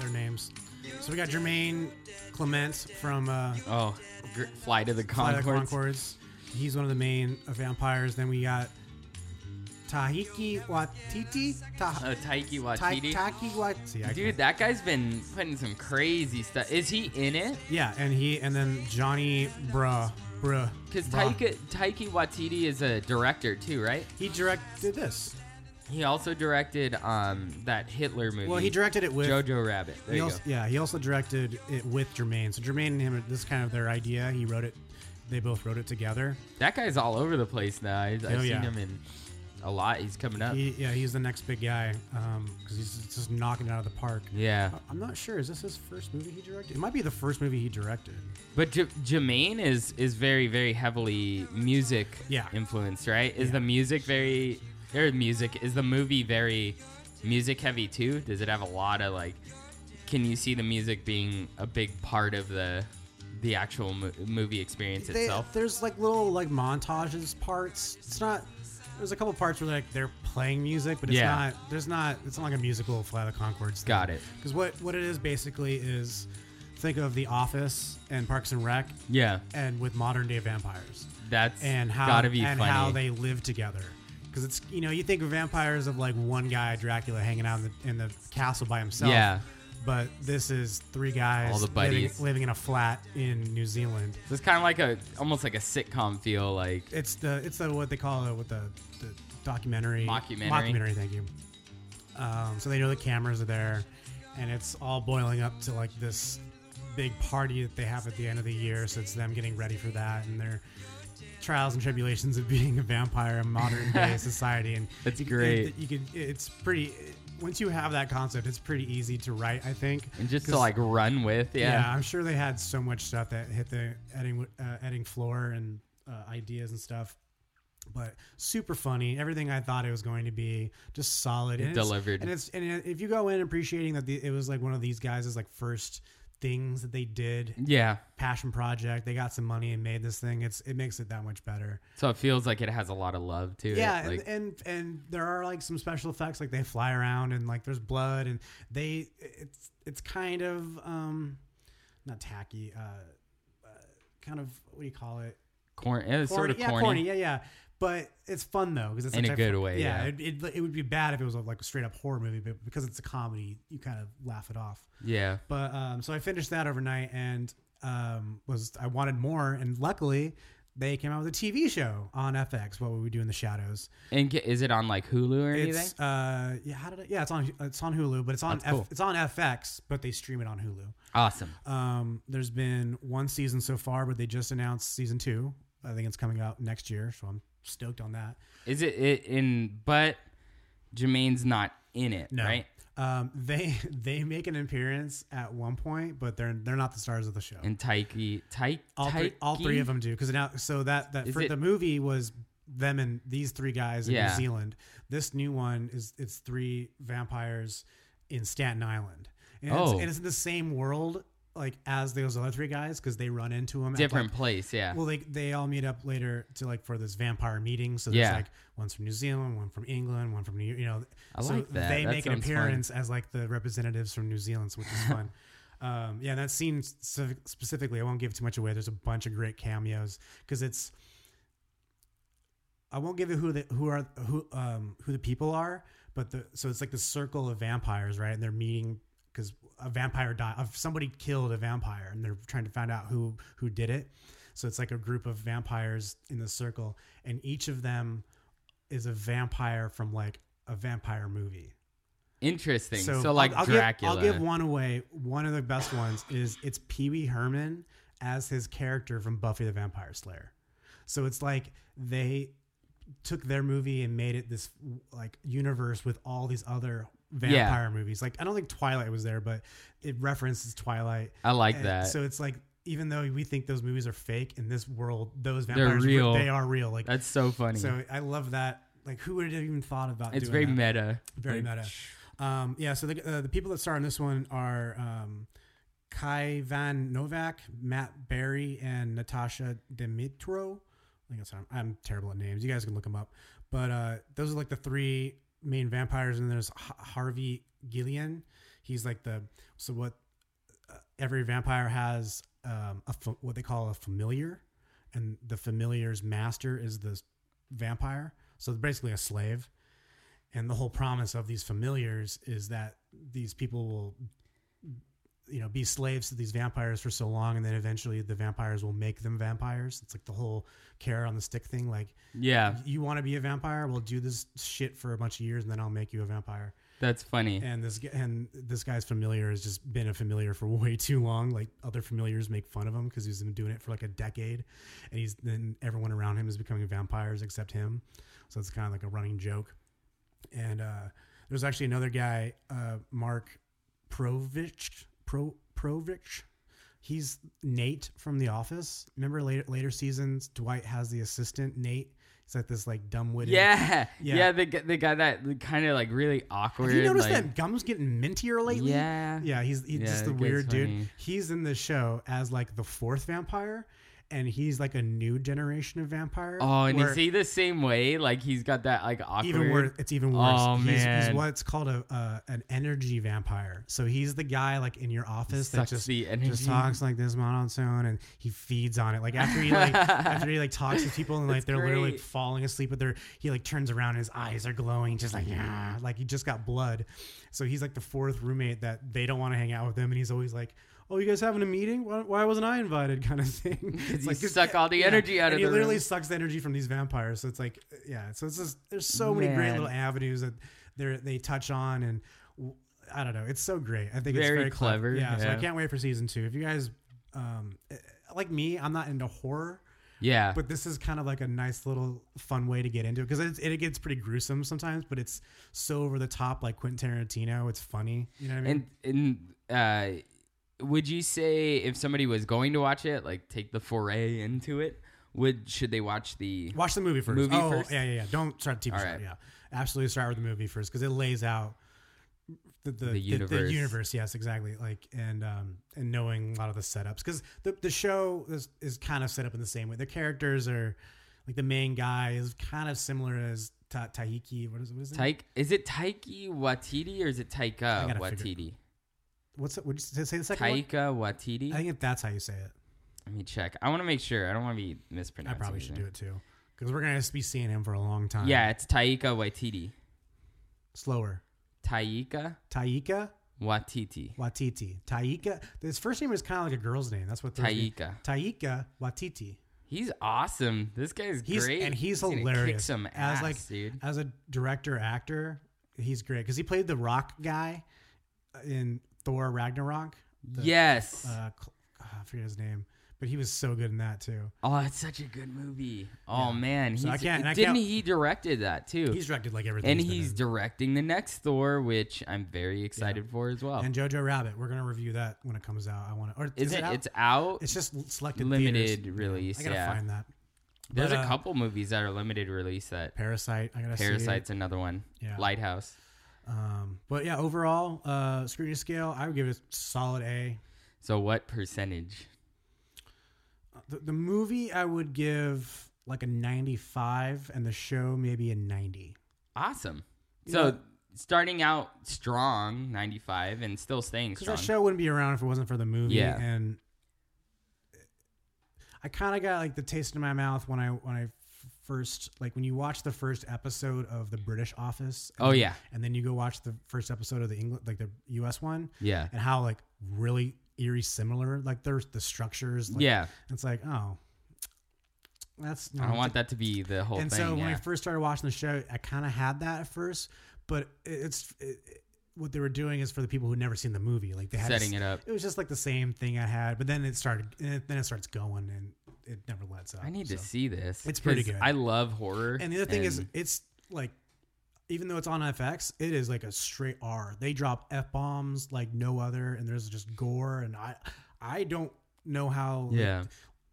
A: Their names. So we got Jermaine Clement from uh,
B: Oh, gr- fly to the
A: Flight of the
B: Concords.
A: Conchords. He's one of the main uh, vampires. Then we got Tahiki Watiti. Ta-
B: Oh, Taiki
A: Ta-
B: Waititi.
A: Taki Wat- See, I
B: Dude,
A: can't-
B: that guy's been putting some crazy stuff. Is he in it?
A: Yeah, and he and then Johnny Bruh Bruh.
B: Because
A: Bruh.
B: Taika Taiki Watiti is a director too, right?
A: he directed this.
B: He also directed um that Hitler movie.
A: Well, he directed it with
B: Jojo Rabbit. There
A: He
B: you
A: also,
B: go.
A: they both wrote it together.
B: That guy's all over the place now. I, I've
A: Oh,
B: seen
A: yeah.
B: him in a lot. He's coming up.
A: He, yeah, he's the next big guy because he's just knocking it out of the park.
B: yeah.
A: I- I'm not sure. Is this his first movie he directed? It might be the first movie he directed.
B: But J- Jermaine is is very very heavily music
A: Yeah.
B: influenced, right? Is
A: Yeah.
B: the music very or music is the movie very music heavy too? Does it have a lot of like? Can you see the music being a big part of the the actual mo- movie experience
A: They-
B: itself?
A: there's like little like montages parts. It's not. There's a couple parts where like they're playing music, but it's
B: Yeah.
A: not. There's not. It's not like a musical Flight of the Concords. Thing.
B: Got it.
A: Because what what it is basically is think of The Office and Parks and Rec,
B: yeah,
A: and with modern day vampires.
B: that's
A: and how
B: gotta be
A: and
B: funny.
A: how they live together. Because it's you know you think of vampires of like one guy Dracula hanging out in the, in the castle by himself.
B: Yeah.
A: But this is three guys
B: All the
A: living,
B: buddies.
A: living in a flat in New Zealand.
B: So it's kind of like a almost like a sitcom feel, like
A: It's the it's the what they call it with the, the documentary
B: Mockumentary.
A: Mockumentary, thank you. Um, so they know the cameras are there, and it's all boiling up to like this big party that they have at the end of the year. So it's them getting ready for that and their trials and tribulations of being a vampire in modern day society. And
B: That's
A: you-
B: great.
A: It, you could it's pretty. Once you have that concept, it's pretty easy to write. I think.
B: and just to
A: 'Cause-
B: like run with.
A: yeah,
B: Yeah,
A: I'm sure they had so much stuff that hit the editing uh, editing floor and uh, ideas and stuff. But super funny, everything I thought it was going to be, just solid. And it's-
B: delivered.
A: And it's and if you go in appreciating that the, it was like one of these guys' like first things that they did,
B: yeah.
A: passion project. They got some money and made this thing. It's it makes it that much better.
B: So it feels like it has a lot of love too.
A: Yeah,
B: like,
A: and, and and there are like some special effects, like they fly around and like there's blood and they it's it's kind of um not tacky, uh, uh kind of what do you call it?
B: corn. eh, It's sort of
A: yeah,
B: corny.
A: yeah, yeah. But it's fun though because it's
B: In
A: like
B: a good way, yeah.
A: It, it, it would be bad if it was a, like a straight up horror movie, but because it's a comedy, you kind of laugh it off.
B: Yeah.
A: But um, so I finished that overnight and um, was I wanted more, and luckily they came out with a TV show on FX. What would we do in the shadows?
B: And ge- is it on like Hulu or anything?
A: It's uh yeah how did I, yeah it's on it's on Hulu but it's on
B: That's
A: F,
B: cool.
A: it's on FX but they stream it on Hulu.
B: Awesome.
A: Um, there's been one season so far, but they just announced season two. I think it's coming out next year, so I'm stoked on that.
B: Is it, it in? But Jermaine's not in it,
A: No.
B: right?
A: Um, they they make an appearance at one point, but they're they're not the stars of the show.
B: And Taiki, Taiki,
A: all three, all three of them do because now so that that
B: Is
A: for
B: it-
A: the movie was them and these three guys in
B: Yeah.
A: New Zealand. This new one is it's three vampires in Staten Island, and, it's,
B: Oh.
A: and it's in the same world like as those other three guys because they run into them
B: Different place, yeah.
A: well, they they all meet up later to like for this vampire meeting. So there's
B: Yeah.
A: like one's from New Zealand, one from England, one from New York. You know,
B: I
A: so
B: like that.
A: they
B: That
A: make an
B: sounds fun.
A: appearance as like the representatives from New Zealand, so which is fun. um, yeah, that scene spe- specifically, I won't give too much away. There's a bunch of great cameos because it's. I won't give you who the who are who um who the people are, but the so it's like the circle of vampires, right? And they're meeting because a vampire died. Somebody killed a vampire, and they're trying to find out who who did it. So it's like a group of vampires in the circle, and each of them is a vampire from like a vampire movie.
B: Interesting. So,
A: I'll-
B: like
A: I'll, give-
B: Dracula.
A: I'll give one away. One of the best ones is it's Pee Wee Herman as his character from Buffy the Vampire Slayer. So it's like they took their movie and made it this like universe with all these other vampire movies. Like I don't think Twilight was there, but it references Twilight.
B: I like
A: And
B: that.
A: So it's like even though we think those movies are fake in this world, those vampires re-
B: real.
A: They are real. Like
B: That's so funny.
A: so, I love that. Like who would have even thought about?
B: it's
A: doing
B: very
A: that?
B: meta.
A: Very
B: Like,
A: meta. Um, yeah, so the, uh, the people that star in this one are um, Kai Van Novak, Matt Berry, and Natasha Dimitro. I think that's how I'm, I'm terrible at names. You guys can look them up. But uh, those are like the three main vampires, and there's H- Harvey Gillian. He's like the so what uh, every vampire has um, a fa- what they call a familiar, and the familiar's master is the vampire. So basically a slave. And the whole promise of these familiars is that these people will, you know, be slaves to these vampires for so long, and then eventually the vampires will make them vampires. It's like the whole carrot on the stick thing. Like,
B: Yeah.
A: you want to be a vampire? Well, do this shit for a bunch of years, and then I'll make you a vampire.
B: That's funny.
A: and this gu- and this guy's familiar has just been a familiar for way too long. Like other familiars make fun of him because he's been doing it for like a decade, and he's then everyone around him is becoming vampires except him. So it's kind of like a running joke. And uh, there's actually another guy, uh, Mark Provich, Pro Provich. He's Nate from The Office. Remember later later seasons, Dwight has the assistant Nate. He's like this like dumbwitted.
B: Yeah,
A: Yeah.
B: yeah, the gu- the guy that kind of like really awkward.
A: Have you noticed
B: like,
A: that gums getting mintier lately?
B: Yeah,
A: Yeah, he's, he's
B: Yeah,
A: just the
B: that guy's
A: weird dude.
B: funny.
A: He's in the show as like the fourth vampire, and he's like a new generation of vampire.
B: Oh, and
A: where
B: is he the same way? Like he's got that like awkward.
A: even worse. It's even worse.
B: Oh,
A: he's, he's
B: man.
A: what's called a uh, an energy vampire. So he's the guy like in your office that
B: Sucks
A: just
B: the
A: just
B: energy.
A: talks like this monotone, and he feeds on it. Like after he like after he like talks to people, and like
B: That's
A: they're literally like,
B: great.
A: falling asleep, but they're he like turns around, and his eyes are glowing, just like yeah, like he just got blood. So he's like the fourth roommate that they don't want to hang out with him, and he's always like. Oh, you guys having a meeting? Why, why wasn't I invited? Kind of thing. It's
B: you
A: like 'cause-
B: suck all the energy
A: and
B: out of
A: he
B: the
A: literally
B: room.
A: sucks the energy from these vampires. So it's like, yeah. So it's just there's so many great
B: Man.
A: little avenues that they they touch on, and w- I don't know. It's so great. I think it's
B: Very
A: very clever.
B: clever,
A: Yeah, So I
B: yeah.
A: can't wait for season two. If you guys, um, eh, like me, I'm not into horror,
B: Yeah,
A: but this is kind of like a nice little fun way to get into it because it, it gets pretty gruesome sometimes, but it's so over the top, like Quentin Tarantino. It's funny. You know what I mean?
B: and and uh, would you say if somebody was going to watch it, like take the foray into it, would should they watch the?
A: Watch the movie first.
B: Movie
A: oh,
B: first?
A: yeah, yeah, yeah. Don't start the TV
B: All
A: show.
B: right.
A: Yeah, absolutely start with the movie first because it lays out the the,
B: universe.
A: universe, yes, exactly. Like and um and knowing a lot of the setups because the the show is is kind of set up in the same way. The characters are like the main guy is kind of similar as Ta- Tahiki. What is what is it?
B: Taik, is it Taiki Watiti or is it Taika
A: gotta figure
B: Watiti?
A: What's it? Would you say the second one?
B: Taika Watiti.
A: I think if that's how you say it.
B: Let me check. I want to make sure. I don't want to be
A: I
B: mispronouncing.
A: probably
B: his
A: should
B: name.
A: do it too because we're gonna be seeing him for a long time.
B: Yeah, it's Taika Waititi.
A: slower.
B: Taika
A: Taika
B: Watiti.
A: Watiti. Taika. His first name is kind of like a girl's name. That's what throws me.
B: Taika.
A: Taika Watiti.
B: He's awesome. This guy's
A: He's
B: great.
A: and he's,
B: gonna Kick
A: hilarious.
B: some
A: as
B: ass,
A: like
B: dude.
A: as a director actor, he's great because he played the rock guy in Thor Ragnarok. the,
B: yes.
A: Uh, Cl- ah, I forget his name, but he was so good in that too.
B: oh, it's such a good movie. Oh
A: yeah.
B: man, he's,
A: So I can't- and I
B: didn't
A: can't-
B: he directed that too?
A: He's directed like everything.
B: and
A: been
B: he's
A: in.
B: directing the next Thor, which I'm very excited for as well.
A: and Jojo Rabbit. We're gonna review that when it comes out. I want to. Or
B: is,
A: is
B: it?
A: out?
B: It's out.
A: It's just selected
B: limited
A: theaters.
B: release.
A: I gotta
B: yeah,
A: find that.
B: there's
A: but,
B: a
A: uh,
B: couple movies that are limited release. That
A: Parasite. I gotta see.
B: Parasite's another one.
A: Yeah.
B: Lighthouse.
A: Um, but yeah, overall, uh, scrutiny scale, I would give it a solid A.
B: So what percentage?
A: The, the movie, I would give like a 95, and the show maybe a 90.
B: Awesome.
A: You
B: so
A: know-
B: starting out strong, 95, and still staying
A: Because that
B: strong.
A: show wouldn't be around if it wasn't for the movie.
B: Yeah.
A: And I kind of got like the taste in my mouth when I when I f- first like when you watch the first episode of the British Office. and
B: Oh,
A: then-
B: yeah.
A: and then you go watch the first episode of the England like the U.S. one,
B: yeah.
A: and how like really eerie similar like there's the structures. Like,
B: yeah.
A: It's like, oh, that's
B: I don't want that to be the whole
A: And
B: thing.
A: so when I
B: yeah.
A: first started watching the show, I kind of had that at first, but it- it's it, it- what they were doing is for the people who'd never seen the movie. Like they had
B: Setting it up.
A: It was just like the same thing I had, but then it started. and Then it starts going, and it never lets up.
B: I need to
A: so.
B: see this.
A: It's pretty
B: 'cause
A: good.
B: I love horror.
A: And the other thing is,
B: and-
A: it's like, even though it's on FX, it is like a straight R. They drop f bombs like no other, and there's just gore, and I, I don't know how. like,
B: yeah.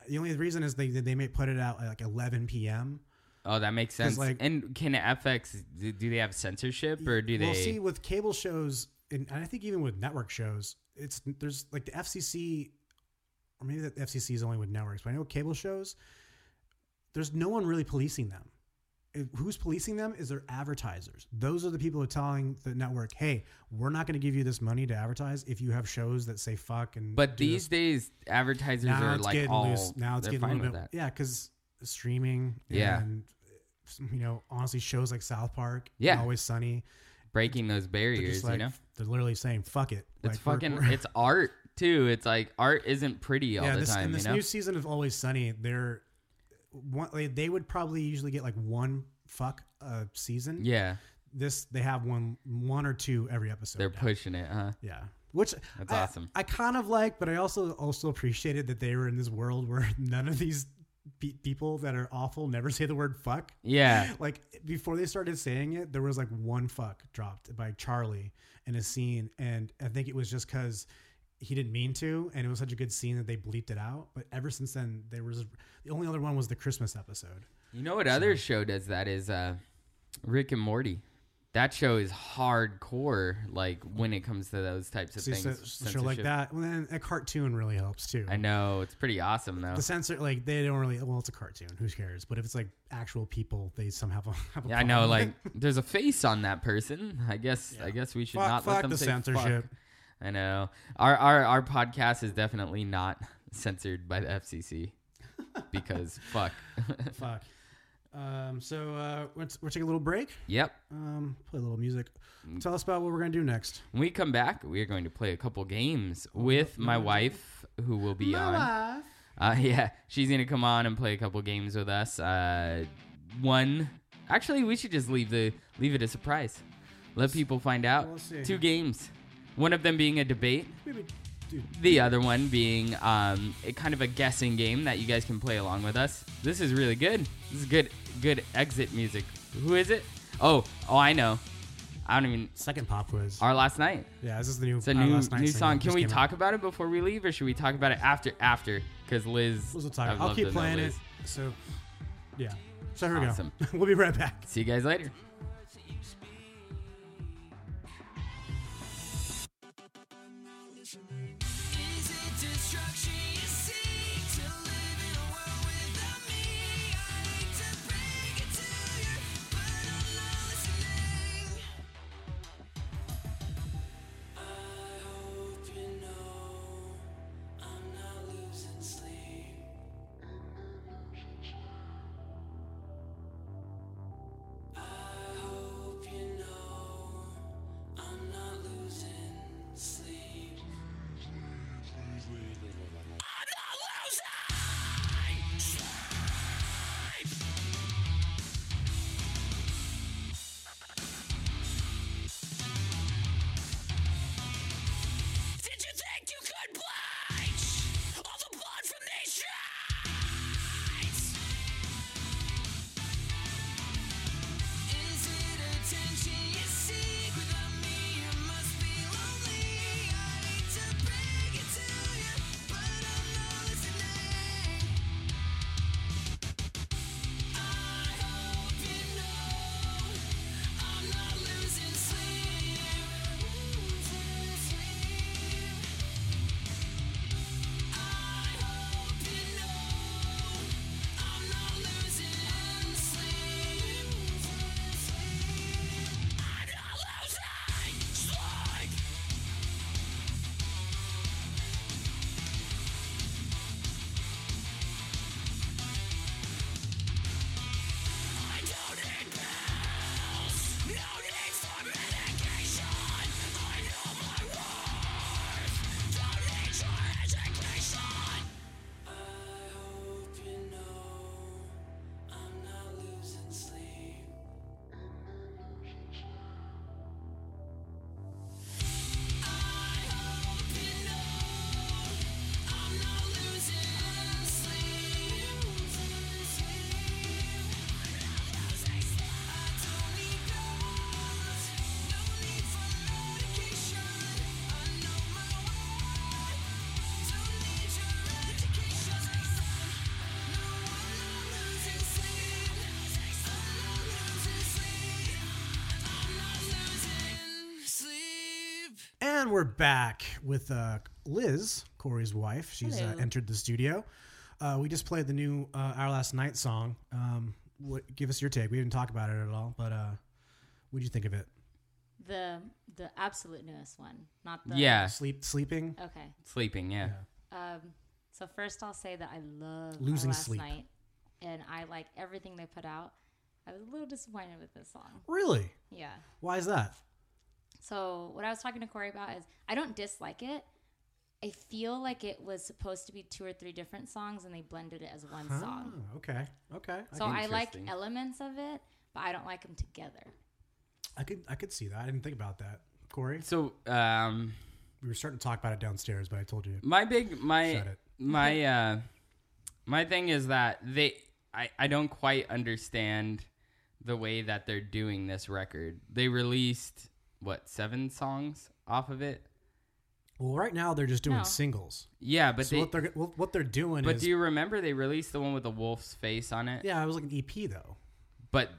A: the only reason is they they may put it out at like 11 p.m.
B: Oh, that makes sense.
A: like-
B: and can FX do- do they have censorship or do
A: well,
B: they?
A: see with cable shows, and and I think even with network shows, it's there's like the FCC, or maybe the FCC is only with networks, but I know cable shows. There's no one really policing them. If- who's policing them is their advertisers. Those are the people who are telling the network, "Hey, we're not going to give you this money to advertise if you have shows that say fuck and."
B: but
A: do this."
B: these days, advertisers
A: now
B: are
A: it's
B: like
A: getting
B: all
A: loose. Now it's
B: they're
A: getting a
B: fine
A: little
B: with
A: bit
B: that.
A: yeah, because streaming.
B: Yeah.
A: and you know, honestly, shows like South Park, and
B: Yeah.
A: Always Sunny,
B: breaking those
A: they're
B: barriers.
A: just like
B: you know,
A: they're literally saying fuck it.
B: it's
A: Like, we're-
B: fucking.
A: we're-
B: it's art too. It's like art isn't pretty all
A: yeah.
B: the
A: This
B: time.
A: and this
B: you know,
A: new season of Always Sunny, they're one. Like, they would probably usually get like one fuck a season.
B: yeah.
A: this they have one one or two every episode.
B: They're
A: now.
B: pushing it, huh?
A: Yeah. Which
B: That's
A: I,
B: awesome.
A: I kind of like, but I also also appreciated that they were in this world where none of these pe- people that are awful never say the word fuck.
B: Yeah.
A: Like before they started saying it, there was like one fuck dropped by Charlie in a scene, and I think it was just because he didn't mean to, and it was such a good scene that they bleeped it out. But ever since then, there was the only other one was the Christmas episode.
B: You know what other show does that is uh, Rick and Morty. That show is hardcore, like when it comes to those types of
A: So,
B: things.
A: so, show like
B: censorship.
A: that, well, then a cartoon really helps too.
B: I know it's pretty awesome though.
A: The censor, like they don't really. Well, it's a cartoon. Who cares? But if it's like actual people, they somehow have. A
B: Yeah, I know.
A: problem.
B: Like, there's a face on that person. I guess. I guess we should
A: Fuck-
B: not
A: fuck
B: let them
A: the
B: say
A: censorship.
B: Fuck. I know. Our our our podcast is definitely not censored by the FCC because fuck.
A: fuck. Um, so uh, let's we're taking a little break.
B: Yep.
A: Um, play a little music.
B: Mm.
A: Tell us about what we're gonna do next.
B: When we come back, we are going to play a couple games
A: Oh,
B: with my
A: Mm-hmm.
B: wife, who will be on. Uh, yeah, she's gonna come on and play a couple games with us. Uh, one, actually, we should just leave the leave it a surprise. Let people find out.
A: We'll see.
B: Two games, one of them being a debate,
A: Maybe, dude,
B: the other one being um, a kind of a guessing game that you guys can play along with us. This is really good. This is good, good exit music. Who is it? Oh, oh, I know. I don't even.
A: second pop quiz.
B: Our last night.
A: yeah, this is the new. uh,
B: It's a new new song. Can we talk about it before we leave, or should we talk about it after after? Because Liz,
A: We'll
B: I'd
A: talk. I'll
B: love to
A: keep
B: know
A: playing it.
B: Liz.
A: So, yeah. So here
B: Awesome.
A: we go. we'll be right back.
B: See you guys later.
C: Is it destruction you seek to live in a world without me? I hate to break it to you, but I'm not listening. I hope you know I'm not losing sleep. I hope you know I'm not losing sleep. I'm not losing sleep. Did you think you could bleach all the blood from these streets? Is it attention you seek without me? You must be lonely. I hate to break it to you, but I'm not listening. I hope you know I'm not losing sleep. Losing sleep. I hope you know I'm not losing sleep. Losing sleep. I'm not losing sleep. I don't need pills. No need for medication. I know my worth. Don't need your education. I hope you know I'm not losing sleep. I hope you know I'm not losing sleep. Losing sleep. Sleep.
A: And we're back with uh, Liz, Corey's wife. She's uh, entered the studio. Uh, we just played the new uh, Our Last Night song. Um, what, give us your take. We didn't talk about it at all, but uh, what did you think of it?
D: The the absolute newest one, not the
B: Yeah,
A: Sleep, sleeping.
D: Okay.
B: sleeping. Yeah.
D: Um, so first, I'll say that I love Our
A: Losing
D: last
A: Sleep.
D: night, and I like everything they put out. I was a little disappointed with this song.
A: Really?
D: Yeah.
A: Why is that?
D: So what I was talking to Corey about is I don't dislike it. I feel like it was supposed to be two or three different songs, and they blended it as one song.
A: Oh, okay. Okay.
D: So I like
B: Interesting.
D: elements of it, but I don't like them together.
A: I could I could see that. I didn't think about that, Corey.
B: So um,
A: We were starting to talk about it downstairs, but I told you.
B: my big my
A: Shut it.
B: my uh my thing is that they I, I don't quite understand the way that they're doing this record. They released what, seven songs off of it?
A: Well, right now they're just doing
D: No.
A: singles.
B: Yeah, but
A: so
B: they
A: what they're what what they're doing
B: but
A: is
B: do you remember they released the one with the wolf's face on it?
A: yeah, it was like an EP though.
B: But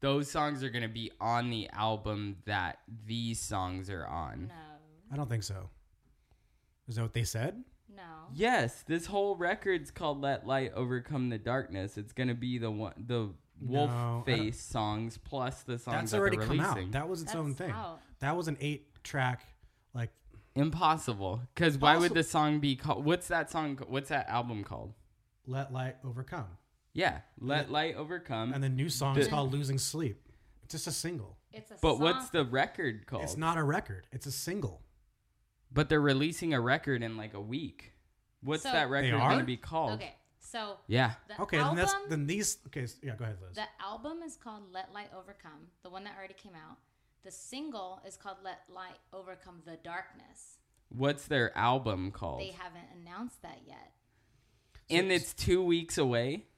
B: those songs are gonna be on the album that these songs are
A: Hmm.
B: on.
D: No,
A: I don't think so. Is that what they said?
D: no.
B: Yes, this whole record's called "Let Light Overcome the Darkness." It's gonna be the one, the Wolf
A: No, I don't-
B: Face songs plus the songs
A: That's
B: that
A: already
B: they're
A: come out.
B: releasing.
A: That was its own
D: That's
A: thing.
D: out.
A: That was an eight track. Like
B: Impossible, because why would
A: Impossible.
B: the song be called? What's that song? ca- What's that album called?
A: let light overcome,
B: Yeah, "Let Light Overcome."
A: and the new song is
B: Um, The-
A: called "Losing Sleep." It's just a single.
D: It's a
B: but
D: song.
B: what's the record called?
A: It's not a record. It's a single.
B: But they're releasing a record in like a week. What's
D: So-
B: that
D: They
B: record
A: are?
B: gonna be called?
D: Okay, so
B: Yeah.
D: the
A: Okay,
D: album,
A: then that's then these. Okay, s- yeah, go ahead, Liz.
D: The album is called Let Light Overcome, the one that already came out. The single is called Let Light Overcome the Darkness.
B: What's their album called?
D: They haven't announced that yet.
B: and it's two weeks away.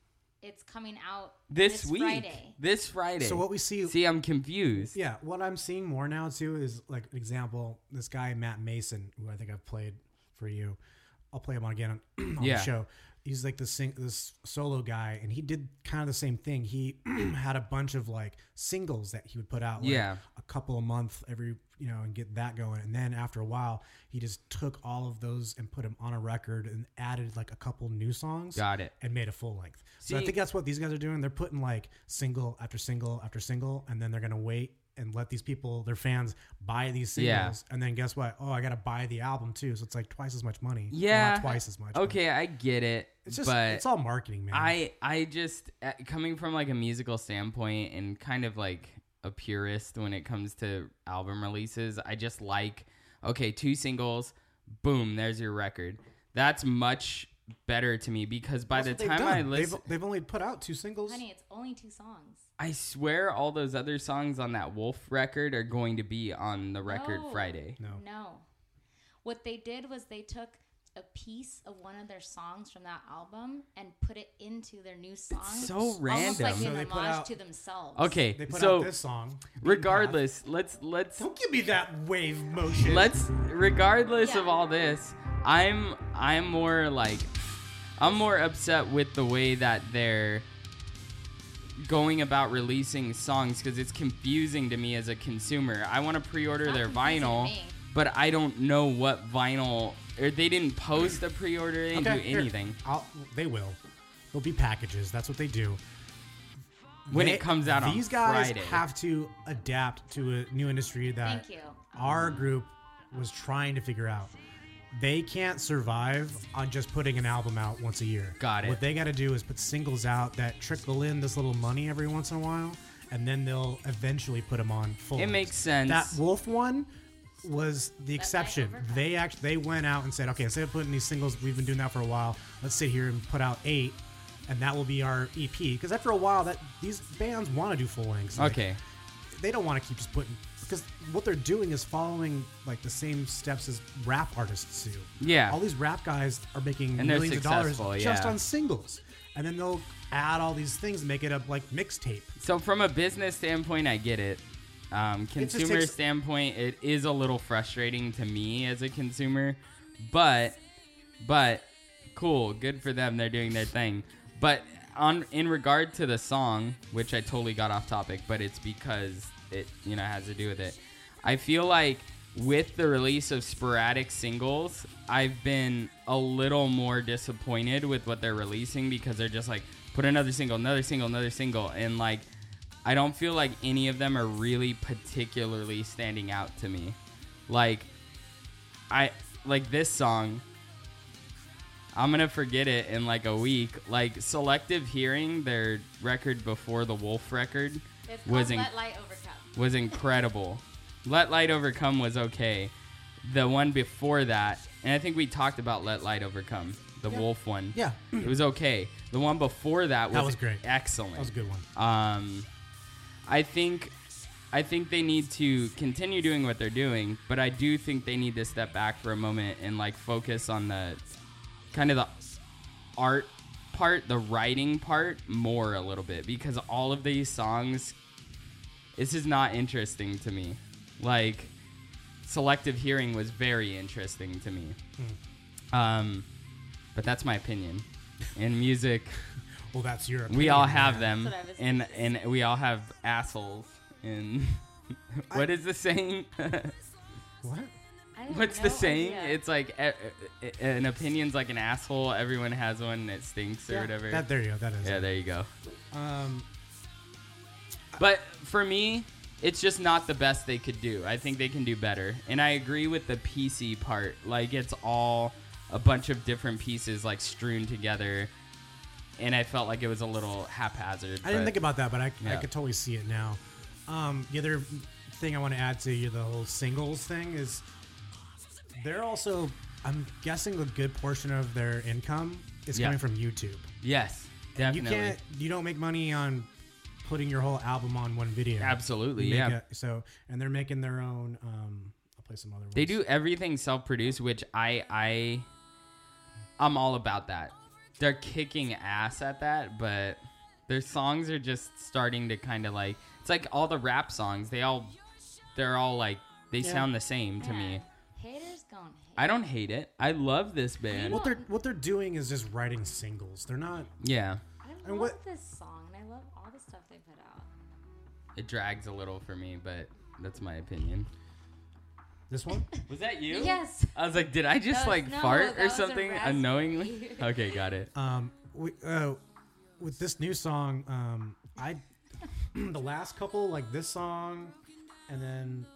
D: It's coming out
B: This, week.
D: Friday.
B: This Friday.
A: so what we see,
B: See, I'm confused.
A: yeah, what I'm seeing more now too is like an example. This guy Matt Mason, who I think I've played for you, I'll play him on again on, on
B: Yeah.
A: the show. He's like the sing, this solo guy, and he did kind of the same thing. He had a bunch of like singles that he would put out, like,
B: Yeah.
A: a couple a month every you know, and get that going. And then after a while, he just took all of those and put them on a record and added like a couple new songs.
B: Got it.
A: and made a full length. so I
B: See-
A: think that's what these guys are doing. They're putting like single after single after single, and then they're gonna wait and let these people, their fans, buy these
B: Yeah.
A: singles. And then guess what? Oh, I gotta buy the album too. So it's like twice as much money. Well,
B: Yeah.
A: not twice as much. but
B: Okay, I get it.
A: it's just
B: but
A: it's all marketing, man.
B: I I just uh, coming from like a musical standpoint and kind of like a purist when it comes to album releases, I just like okay, two singles, boom, there's your record. That's much better to me because by
A: That's what
B: the
A: they've
B: time I
A: done.
B: listen
A: they've, they've only put out two singles.
D: Honey, it's only two songs.
B: I swear all those other songs on that Wolf record are going to be on the record
D: No.
B: Friday.
A: No.
D: No. What they did was they took a piece of one of their songs from that album and put it into their new song.
B: so
D: Almost like
B: random.
D: an
A: So they put
D: homage
A: out-
D: to themselves.
B: Okay,
A: They put out
B: so
A: this song.
B: regardless, let's let's
A: Don't give me that wave motion.
B: let's regardless of
D: Yeah.
B: all this i'm i'm more like i'm more upset with the way that they're going about releasing songs because it's confusing to me as a consumer i want to pre-order
D: Not
B: their
D: confusing to
B: vinyl
D: me.
B: but i don't know what vinyl or they didn't post a pre-order they didn't
A: Okay,
B: do
A: here.
B: anything
A: I'll, they will. There'll be packages. That's what they do.
B: when
A: They-
B: it comes out on
A: these guys
B: friday
A: have to adapt to a new industry that
D: Thank you.
A: our group was trying to figure out they can't survive on just putting an album out once a year
B: Got it.
A: what they got to do is put singles out that trickle in this little money every once in a while and then they'll eventually put them on full
B: It
A: length.
B: makes sense.
A: that wolf one was the exception
D: overcome.
A: they actually they went out and said okay instead of putting these singles we've been doing that for a while let's sit here and put out eight and that will be our ep because after a while that these bands want to do full lengths Like,
B: okay
A: they don't want to keep just putting because what they're doing is following like the same steps as rap artists do.
B: Yeah.
A: all these rap guys are making
B: And they're
A: millions of dollars
B: successful,
A: just
B: yeah.
A: on singles, and then they'll add all these things, and make it a like mixtape.
B: So from a business standpoint, I get it. Um,
A: just
B: consumer
A: takes-
B: standpoint, it is a little frustrating to me as a consumer, but but cool, good for them. They're doing their thing. But on in regard to the song, which I totally got off topic, but it's because it you know has to do with it. I feel like with the release of sporadic singles, I've been a little more disappointed with what they're releasing because they're just like put another single, another single, another single, and like I don't feel like any of them are really particularly standing out to me. Like I like this song. I'm gonna forget it in like a week. Like selective hearing, their record before the Wolf record
D: It's called
B: was in-
D: Let Light Overcome.
B: was incredible. Let Light Overcome was okay. The one before that, and I think we talked about Let Light Overcome, the Wolf one.
A: Yeah.
B: it was okay. The one before that was,
A: That was great.
B: Uh, excellent.
A: That was a good one.
B: Um, I think I think they need to continue doing what they're doing, but I do think they need to step back for a moment and like focus on the kind of the art part, the writing part more a little bit because all of these songs this is not interesting to me. Like selective hearing was very interesting to me. Um but that's my opinion. In music,
A: Well, that's your.
B: we
A: opinion,
B: all
A: man.
B: have them,
D: That's what I was
B: and and we all have assholes. And what is the saying?
A: What?
D: I have
B: What's
D: no
B: the saying?
D: idea.
B: It's like e- e- an opinion's like an asshole. Everyone has one, and it stinks or
A: Yeah,
B: whatever.
A: That there you go. That is.
B: yeah,
A: it.
B: there you go.
A: Um,
B: But for me, it's just not the best they could do. I think they can do better. And I agree with the PC part. Like it's all a bunch of different pieces like strewn together. And I felt like it was a little haphazard.
A: I didn't
B: but-
A: think about that, but I, I
B: Yeah.
A: could totally see it now. Um, the other thing I want to add to the whole singles thing is they're also, I'm guessing, a good portion of their income is
B: Yeah.
A: coming from YouTube.
B: Yes,
A: You
B: definitely.
A: can't, you don't make money on putting your whole album on one video.
B: Absolutely,
A: You make
B: yeah.
A: a- so, and they're making their own. Um, I'll play some other ones.
B: They do everything self-produced, which I I I'm all about that. They're kicking ass at that, but their songs are just starting to kind of like it's like all the rap songs. They all they're all like they sound the same to me.
D: Man, Haters gone.
B: I don't hate it. I love this band.
A: What they're what they're doing is just writing singles. They're not.
B: Yeah,
D: I love
A: And what-
D: this song, and I love all the stuff they put out.
B: it drags a little for me, but that's my opinion.
A: This one.
B: Was that you?
D: Yes.
B: I was like, did I just
D: That was-
B: like
D: no,
B: fart
D: that
B: or
D: was a
B: something
D: raspy.
B: unknowingly? okay, got it.
A: um, we, uh, with this new song, um, I the last couple like this song, and then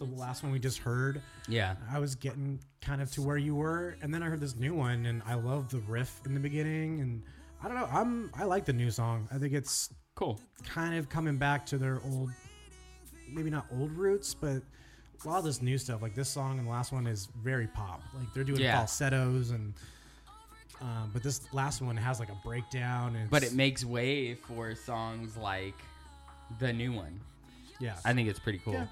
A: the last one we just heard,
B: Yeah.
A: I was getting kind of to where you were, and then I heard this new one, and I love the riff in the beginning, and I don't know, I'm I like the new song. I think it's
B: Cool.
A: kind of coming back to their old, maybe not old roots, but a lot of this new stuff, like this song and the last one, is very pop. Like they're doing
B: Yeah.
A: falsettos and, um, but this last one has like a breakdown and.
B: but it makes way for songs like the new one.
A: yeah.
B: I think it's pretty cool.
A: Yeah.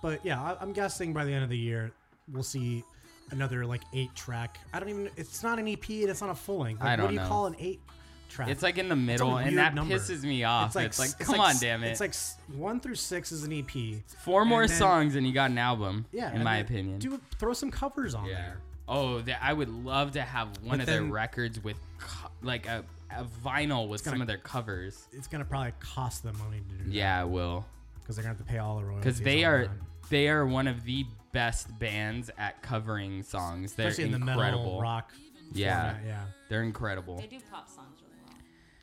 A: But yeah, I, I'm guessing by the end of the year we'll see another like eight track. I don't even. It's not an EP and it's not a full length. Like,
B: I
A: What
B: don't
A: do you
B: know.
A: call an eight track?
B: It's like in the middle,
A: a
B: and
A: weird
B: that
A: number.
B: pisses me off. It's like,
A: s-
B: come
A: like
B: on,
A: s-
B: damn it!
A: It's like s- one through six is an EP.
B: four more
A: and then-
B: songs, and you got an album.
A: Yeah,
B: in
A: and
B: my
A: then
B: opinion.
A: do throw some covers on
B: yeah.
A: there.
B: Oh, that I would love to have one
A: But
B: of their
A: then-
B: records with, co- like a, a vinyl with
A: gonna-
B: some of their covers.
A: it's gonna probably cost them money to do
B: Yeah, I will,
A: because they're gonna have to pay all the royalties
B: because they
A: on
B: are
A: that.
B: they are one of the best bands at covering songs. They're
A: especially in the metal
B: incredible.
A: rock
B: yeah,
A: format, yeah
B: they're incredible.
D: They do pop songs really well.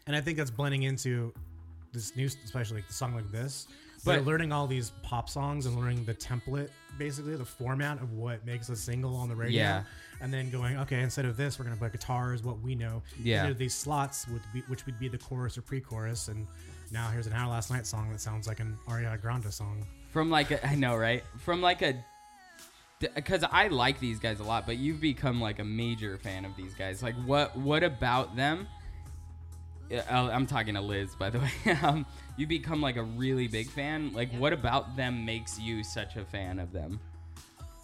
A: and I think that's blending into this new especially like the song like this but
B: But-
A: learning all these pop songs and learning the template basically the format of what makes a single on the radio
B: Yeah.
A: and then going okay instead of this we're gonna play guitars what we know
B: Yeah.
A: Instead of these slots would be, which would be the chorus or pre-chorus and now here's an hour last night song that sounds like an Ariana Grande song
B: from like a, I know right from like a because I like these guys a lot, but you've become like a major fan of these guys. Like what what about them? Yeah, I'll- I'm talking to Liz, by the way. um, you become like a really big fan. Like, what about them makes you such a fan of them?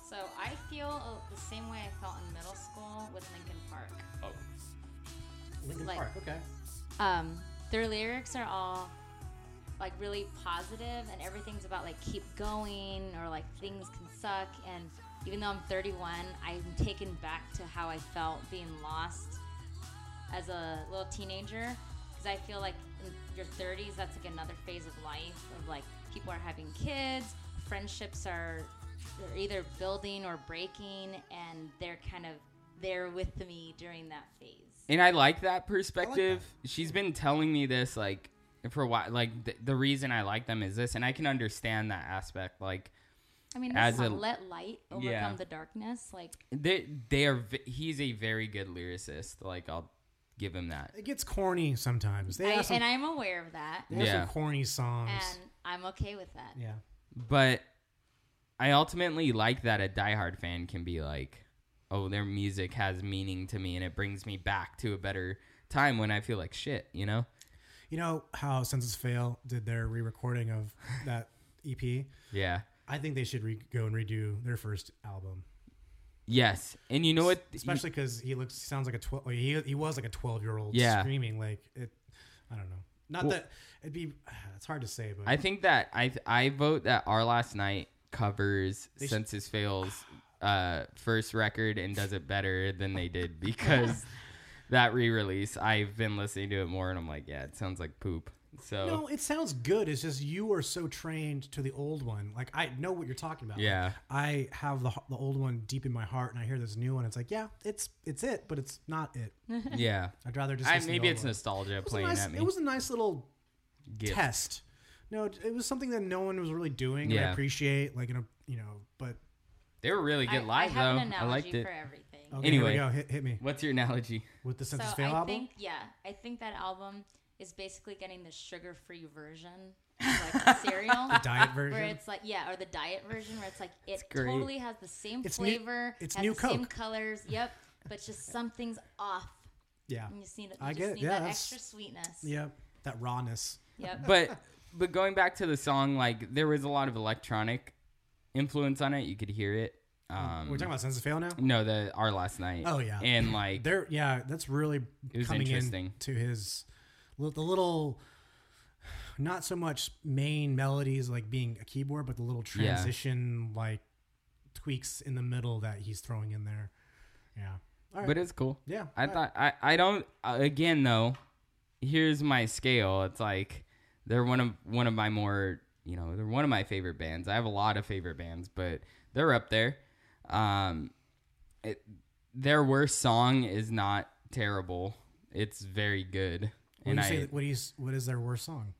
D: So I feel uh, the same way I felt in middle school with Linkin Park.
B: Oh,
A: Linkin
D: Like-
A: Park okay
D: um, their lyrics are all like really positive and everything's about like keep going or like things can suck and even though i'm 31 i'm taken back to how i felt being lost as a little teenager because i feel like in your 30s that's like another phase of life of like people are having kids friendships are they're either building or breaking and they're kind of there with me during that phase
B: And I like that perspective. She's been telling me this like for a while. Like th- the reason I like them is this, and I can understand that aspect. Like
D: I mean,
B: as
D: as
B: a-
D: let light overcome
B: Yeah.
D: the darkness. Like,
B: They they are. v- He's a very good lyricist. Like I'll give him that.
A: it gets corny sometimes they
D: I,
A: have some
D: and I'm aware of that,
A: They have
B: Yeah.
A: some corny songs.
D: and I'm okay with that.
A: yeah.
B: But I ultimately like that a diehard fan can be like, oh, their music has meaning to me, and it brings me back to a better time when I feel like shit. You know?
A: You know how Census Fail did their re recording of that EP.
B: Yeah.
A: I think they should re- go and redo their first album,
B: Yes. And you know what?
A: especially because he looks sounds like a twelve. Like he he was like a twelve year old
B: Yeah.
A: screaming like it. I don't know. Not
B: Well-
A: that it'd be. It's hard to say, but
B: I think that I th- I vote that Our Last Night covers
A: They sh-
B: Census Fails uh first record and does it better than they did because that re-release I've been listening to it more and I'm like yeah it sounds like poop so
A: No, it sounds good. It's just you are so trained to the old one. Like I know what you're talking about.
B: Yeah.
A: I have the the old one deep in my heart, and I hear this new one. It's like, yeah, it's it's it, but it's not it.
B: yeah
A: I'd rather just.
B: Mm. I,
A: listen to the
B: maybe
A: old
B: it's
A: one.
B: nostalgia
A: It was a
B: playing
A: nice-
B: at me
A: It was a nice little
B: Gift.
A: test. No, it it was something that no one was really doing. and I
B: Yeah.
A: appreciate like in a you know, but
B: they were really good
D: I,
B: live
D: I have
B: though
D: an
B: I
D: analogy
B: liked it
D: for everything.
A: okay, here we
B: Anyway.
A: go. Hit, hit me
B: what's your analogy
A: with the
D: So
A: Census
D: I
A: Fail album.
D: think yeah, I think that album is basically getting the sugar-free version, of, like the cereal.
A: Diet
D: Where
A: version.
D: it's like, yeah, or the diet version where it's like it
B: great.
D: totally has the same
A: It's new-
D: flavor,
A: it's
D: has
A: new
D: the same
A: Coke.
D: colors, yep, but just something's off.
A: Yeah.
D: And you just need, you
A: I
D: just
A: get it,
D: need
A: yeah,
D: that
A: that's-
D: extra sweetness.
A: Yeah. That rawness.
D: Yep.
B: but but going back to the song like there was a lot of electronic influence on it you could hear it um
A: Oh, We're talking about Census Fail now.
B: No, the our last night.
A: Oh, yeah.
B: and like
A: There, yeah, that's really
B: It was
A: coming in
B: interesting.
A: to his li- the little, not so much main melodies like being a keyboard, but the little
B: Yeah.
A: transition like tweaks in the middle that he's throwing in there. Yeah, all right.
B: but it's cool.
A: yeah,
B: I
A: all right.
B: thought I I don't uh, again though. Here's my scale. It's like they're one of one of my more you know they're one of my favorite bands. I have a lot of favorite bands, but they're up there. Um, it, their worst song is not terrible. It's very good.
A: What,
B: and
A: do you
B: I
A: say, what, do you s- what is their worst song?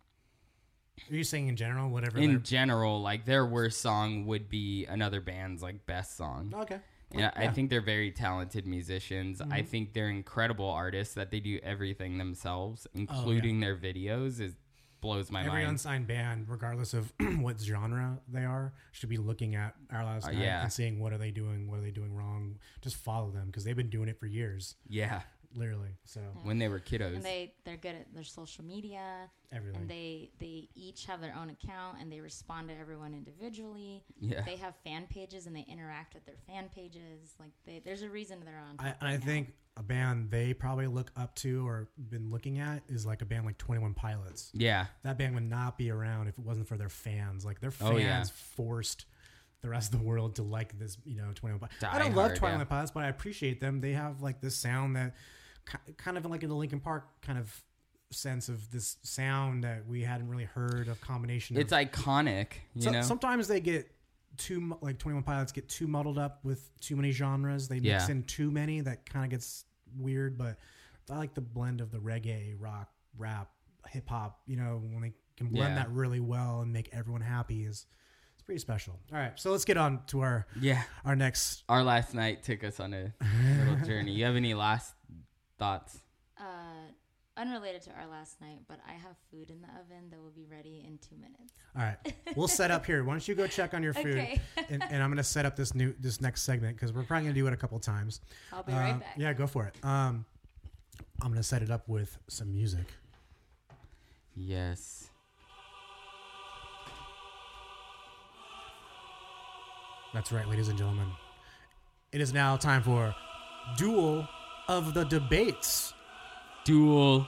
A: Are you saying in general, whatever?
B: in general like their worst song would be another band's like best song.
A: their- Oh, okay,
B: Yeah, I think they're very talented musicians.
A: Mm-hmm.
B: I think they're incredible artists that they do everything themselves,
A: Oh,
B: including their videos. Is blows my
A: every
B: mind.
A: unsigned band, regardless of what genre they are, should be looking at our last night
B: Uh, yeah.
A: and seeing what are they doing, what are they doing wrong. Just follow them because they've been doing it for years.
B: yeah,
A: literally. So
B: when they were
D: and
B: kiddos.
D: they they're good at their social media
A: everything.
D: and they they each have their own account and they respond to everyone individually.
B: Yeah.
D: They have fan pages and they interact with their fan pages. Like they, there's a reason they're on.
A: I, and I think a band they probably look up to or been looking at is like a band like Twenty One Pilots.
B: yeah,
A: That band would not be around if it wasn't for their fans. Like their fans
B: Oh, yeah.
A: forced the rest of the world to like this. You know, Twenty One Pilots.
B: Die
A: I don't love
B: hard,
A: Twenty One
B: yeah.
A: Pilots, but I appreciate them. They have like this sound that ki- kind of like in the Linkin Park kind of sense of this sound that we hadn't really heard of combination.
B: it's
A: of,
B: iconic. You
A: So-
B: know,
A: sometimes they get too mu- like 21 pilots get too muddled up with too many genres they mix
B: Yeah.
A: in too many that kind of gets weird but i like the blend of the reggae rock rap hip-hop you know when they can blend
B: Yeah.
A: that really well and make everyone happy is it's pretty special all right so let's get on to our
B: yeah.
A: our next
B: Our last night took us on a little journey. You have any last thoughts?
D: uh, unrelated to our last night, but I have food in the oven that will be ready in two minutes.
A: all right we'll set up here why don't you go check on your food
D: Okay.
A: and, and i'm gonna set up this new this next segment because we're probably gonna do it a couple times
D: I'll be right
A: Um,
D: back.
A: yeah go for it um i'm gonna set it up with some music
B: Yes.
A: That's right, ladies and gentlemen. It is now time for Duel of the Debates.
B: Duel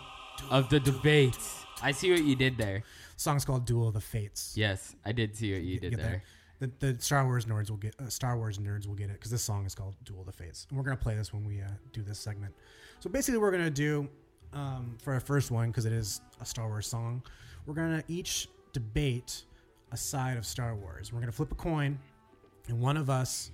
B: of the debates. I see what you did there.
A: song's called Duel of the Fates.
B: Yes, I did see what you did
A: Get
B: there.
A: that? The, the Star Wars nerds will get uh, Star Wars nerds will get it because this song is called Duel of the Fates, and we're gonna play this when we uh, do this segment. So basically, we're gonna do um, for our first one because it is a Star Wars song. We're gonna each debate a side of Star Wars. We're gonna flip a coin, and one of us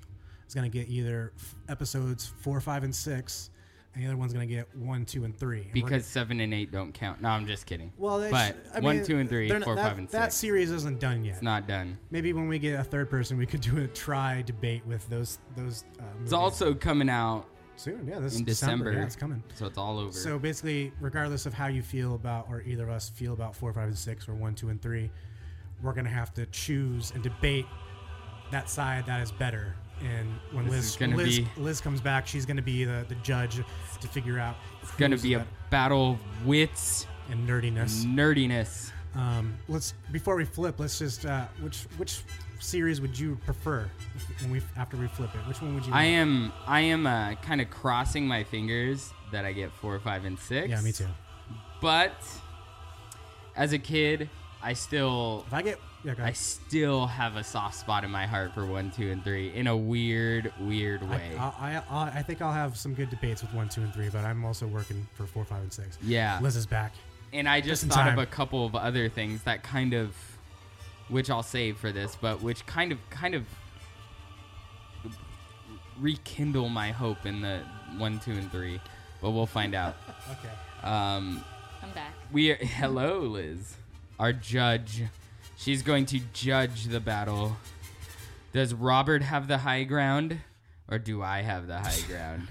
A: is gonna get either f- episodes four, five, and six, and the other one's gonna get one, two, and three. And we're-
B: Because seven and eight don't count. No, I'm just kidding.
A: well, they
B: but
A: sh- I
B: one,
A: mean,
B: two, and three,
A: they're
B: four,
A: not-
B: five,
A: that-
B: and
A: That
B: six.
A: series isn't done yet.
B: It's not done.
A: Maybe when we get a third person, we could do a try debate with those those. Uh, movies.
B: It's also coming out,
A: soon, yeah. This is
B: in
A: December, yeah,
B: December.
A: it's coming.
B: so it's all over.
A: So basically, regardless of how you feel about, or either of us feel about four, five, and six, or one, two, and three, we're gonna have to choose and debate that side that is better. And when
B: This
A: Liz
B: is gonna
A: Liz,
B: be-
A: Liz comes back, she's gonna be the, the judge to figure out
B: it's going to
A: who's
B: be a
A: better
B: battle of wits,
A: and nerdiness.
B: nerdiness.
A: Um, let's before we flip, let's just uh, which which series would you prefer when we after we flip it? Which one would you?
B: I
A: want?
B: am I am uh, kind of crossing my fingers that I get four, five, and six.
A: Yeah, me too.
B: But as a kid, I still
A: If I get yeah, go
B: I
A: ahead.
B: still have a soft spot in my heart for one, two, and three in a weird, weird way.
A: I, I, I, I think I'll have some good debates with one, two, and three, but I'm also working for four, five, and six.
B: Yeah.
A: Liz is back.
B: and I just
A: in
B: thought
A: time.
B: of a couple of other things that kind of, which I'll save for this, but which kind of kind of rekindle my hope in the one, two, and three. But we'll find out.
A: Okay.
B: Um,
D: I'm back.
B: we are, hello, Liz, our judge. She's going to judge the battle. Does Robert have the high ground, or do I have the high ground?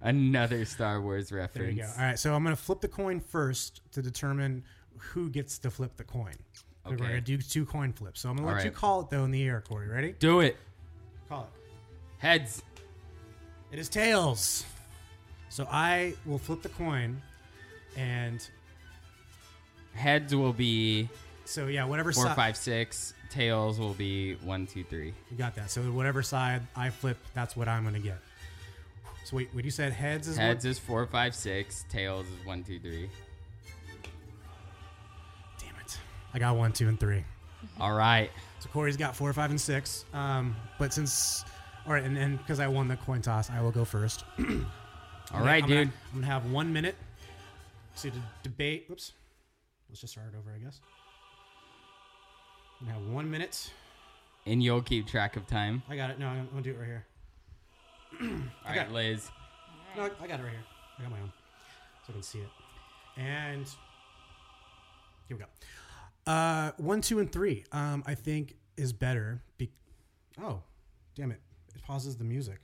B: Another Star Wars
A: There
B: reference.
A: you go. All right, so I'm gonna flip the coin first to determine who gets to flip the coin. So We're
B: Okay.
A: gonna do two coin flips. So I'm gonna
B: All
A: let you
B: right.
A: call it though in the air, Corey. Ready?
B: Do it.
A: Call it.
B: Heads.
A: It is tails. So I will flip the coin, and
B: Heads will be
A: so yeah, whatever
B: four,
A: side
B: five, six. Tails will be one, two, three.
A: you got that. So whatever side I flip, that's what I'm gonna get. So wait, what you said? Heads is
B: Heads
A: What?
B: is four, five, six. Tails is one, two, three.
A: Damn it! I got one, two, and three.
B: All right.
A: So Corey's got four, five, and six. Um, but since, all right, and then because I won the coin toss, I will go first.
B: All right,
A: I'm
B: dude.
A: Gonna, I'm gonna have one minute to d- debate. Oops. Let's just start it over, I guess. I'm gonna have one minute.
B: And you'll keep track of time.
A: I got it. No, I'm gonna do it right here.
B: All right, Liz.
A: No, I got it right here. I got my own, so I can see it. And here we go. Uh, one, two, and three. Um, I think is better. Be- oh, damn it! It pauses the music.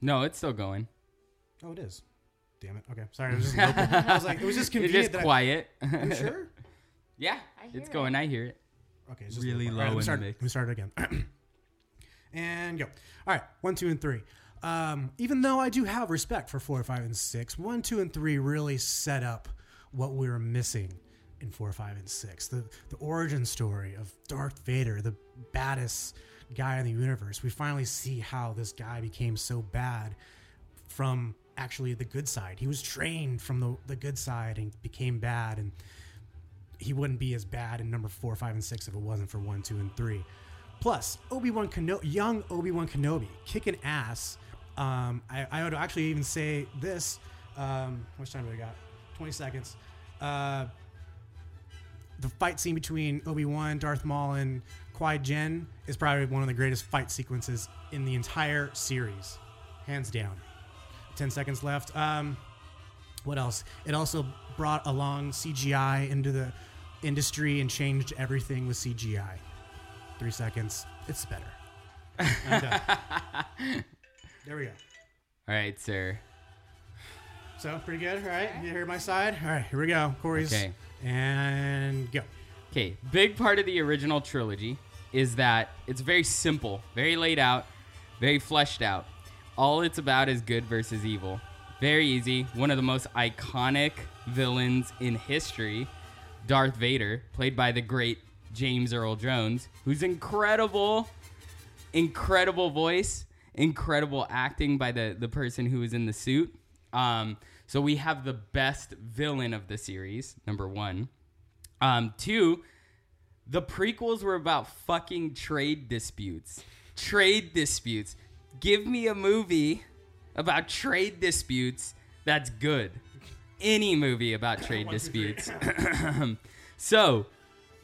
B: No, it's still going.
A: Oh, it is. Damn it. Okay, sorry. I was, just local. I was like, it was just
B: It's
A: convenient.
B: just
A: that I-
B: quiet.
A: you sure?
B: yeah,
D: I hear
B: it's going.
D: it.
B: I hear it.
A: Okay, it's just
B: Really
A: local. All
B: low in the
A: right, let me
B: mix.
A: start, Let me start it again. and go. All right, one, two, and three. Um, even though I do have respect for four, five, and six, one, two, and three really set up what we were missing in four, five, and six. The the origin story of Darth Vader, the baddest guy in the universe. We finally see how this guy became so bad from actually the good side. He was trained from the, the good side and became bad and he wouldn't be as bad in number four, five, and six if it wasn't for one, two, and three. Plus, Obi Wan Kenobi, young Obi Wan Kenobi, kicking ass. Um, I, I would actually even say this. Um, how much time do we got? 20 seconds. Uh, the fight scene between Obi Wan, Darth Maul, and Qui Jinn is probably one of the greatest fight sequences in the entire series, hands down. 10 seconds left. Um, what else? It also brought along CGI into the industry and changed everything with CGI. Three seconds. It's better. I'm done. there we go.
B: All right, sir.
A: So pretty good, all right? You hear my side? All right, here we go. Corey's
B: Okay.
A: and go.
B: Okay, big part of the original trilogy is that it's very simple, very laid out, very fleshed out. All it's about is good versus evil. Very easy. One of the most iconic villains in history, Darth Vader, played by the great James Earl Jones, who's incredible incredible voice, incredible acting by the the person who was in the suit. Um, so we have the best villain of the series, number one. Um, two, the prequels were about fucking trade disputes. Trade disputes. Give me a movie about trade disputes that's good. Any movie about trade disputes. so,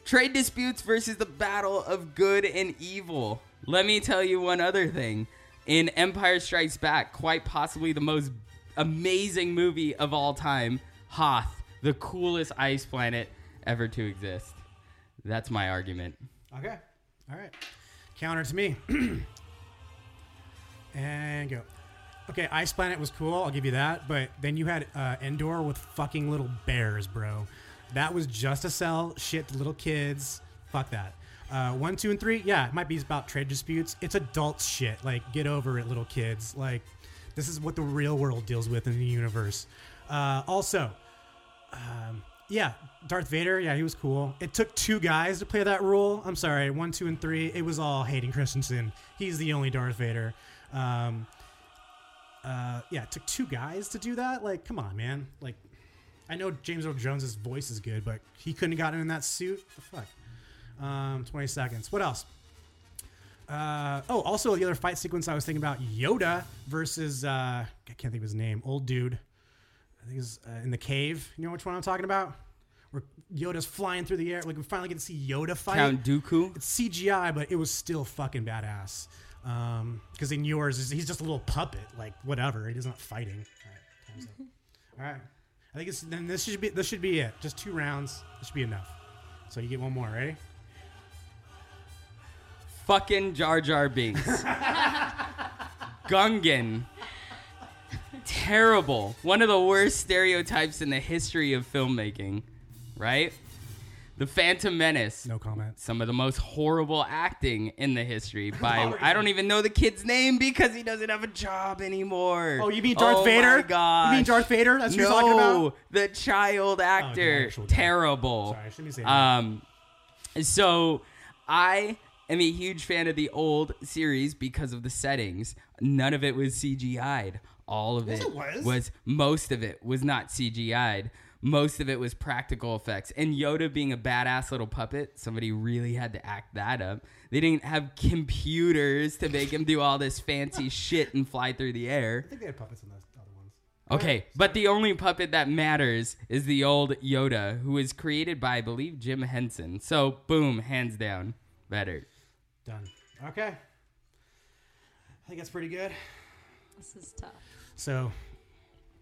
B: Trade disputes versus the battle of good and evil. Let me tell you one other thing. In Empire Strikes Back, quite possibly the most amazing movie of all time, Hoth, the coolest ice planet ever to exist. That's my argument.
A: Okay. All right. Counter to me. and go. Okay, Ice Planet was cool. I'll give you that. But then you had uh, Endor with fucking little bears, bro. That was just to sell shit to little kids. Fuck that. Uh, one, two, and three. Yeah, it might be about trade disputes. It's adult shit. Like, get over it, little kids. Like, this is what the real world deals with in the universe. Uh, also, um, yeah, Darth Vader. Yeah, he was cool. It took two guys to play that role. I'm sorry, one, two, and three. It was all Hayden Christensen. He's the only Darth Vader. Um, uh, yeah, it took two guys to do that. Like, come on, man. Like, I know James Earl Jones' voice is good, but he couldn't have gotten in that suit. The fuck. Um, 20 seconds. What else? Uh, oh, also the other fight sequence I was thinking about Yoda versus uh, I can't think of his name. Old dude. I think he's uh, in the cave. You know which one I'm talking about? Where Yoda's flying through the air. Like we finally get to see Yoda fight.
B: Count Dooku.
A: It's CGI, but it was still fucking badass. Because in yours, is- he's just a little puppet. Like whatever, he's not fighting. All right, time's up. All right. I think it's then. This should be this should be it. Just two rounds. This should be enough. So you get one more. Ready?
B: Fucking Jar Jar Binks. Gungan. Terrible. One of the worst stereotypes in the history of filmmaking, right? The Phantom Menace.
A: No comments.
B: Some of the most horrible acting in the history by I don't even know the kid's name because he doesn't have a job anymore.
A: Oh, you mean Darth Vader?
B: My gosh.
A: You mean Darth Vader? That's what
B: no,
A: you're talking about. Oh,
B: the child actor.
A: actual-
B: Terrible.
A: Sorry, I shouldn't be saying that.
B: Um, so I am a huge fan of the old series because of the settings. None of it was CGI'd. All of
A: Yes,
B: it,
A: it was.
B: most of it was not CGI'd. Most of it was practical effects. And Yoda being a badass little puppet, somebody really had to act that up. They didn't have computers to make him do all this fancy shit and fly through the air.
A: I think they had puppets in those other ones.
B: Okay, but the only puppet that matters is the old Yoda, who was created by, I believe, Jim Henson. So, boom, hands down, better.
A: Done. Okay. I think that's pretty good.
D: This is tough.
A: So,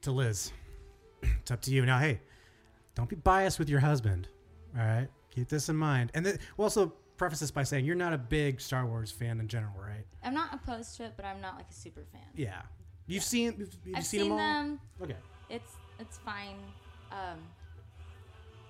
A: to Liz, it's up to you. Now, hey, don't be biased with your husband. All right, keep this in mind. And th- we'll also preface this by saying you're not a big Star Wars fan in general, right?
D: I'm not opposed to it, but I'm not like a super fan.
A: Yeah, you've seen you've, you've
D: I've
A: seen,
D: seen,
A: them all.
D: them.
A: Okay,
D: It's it's fine. Um,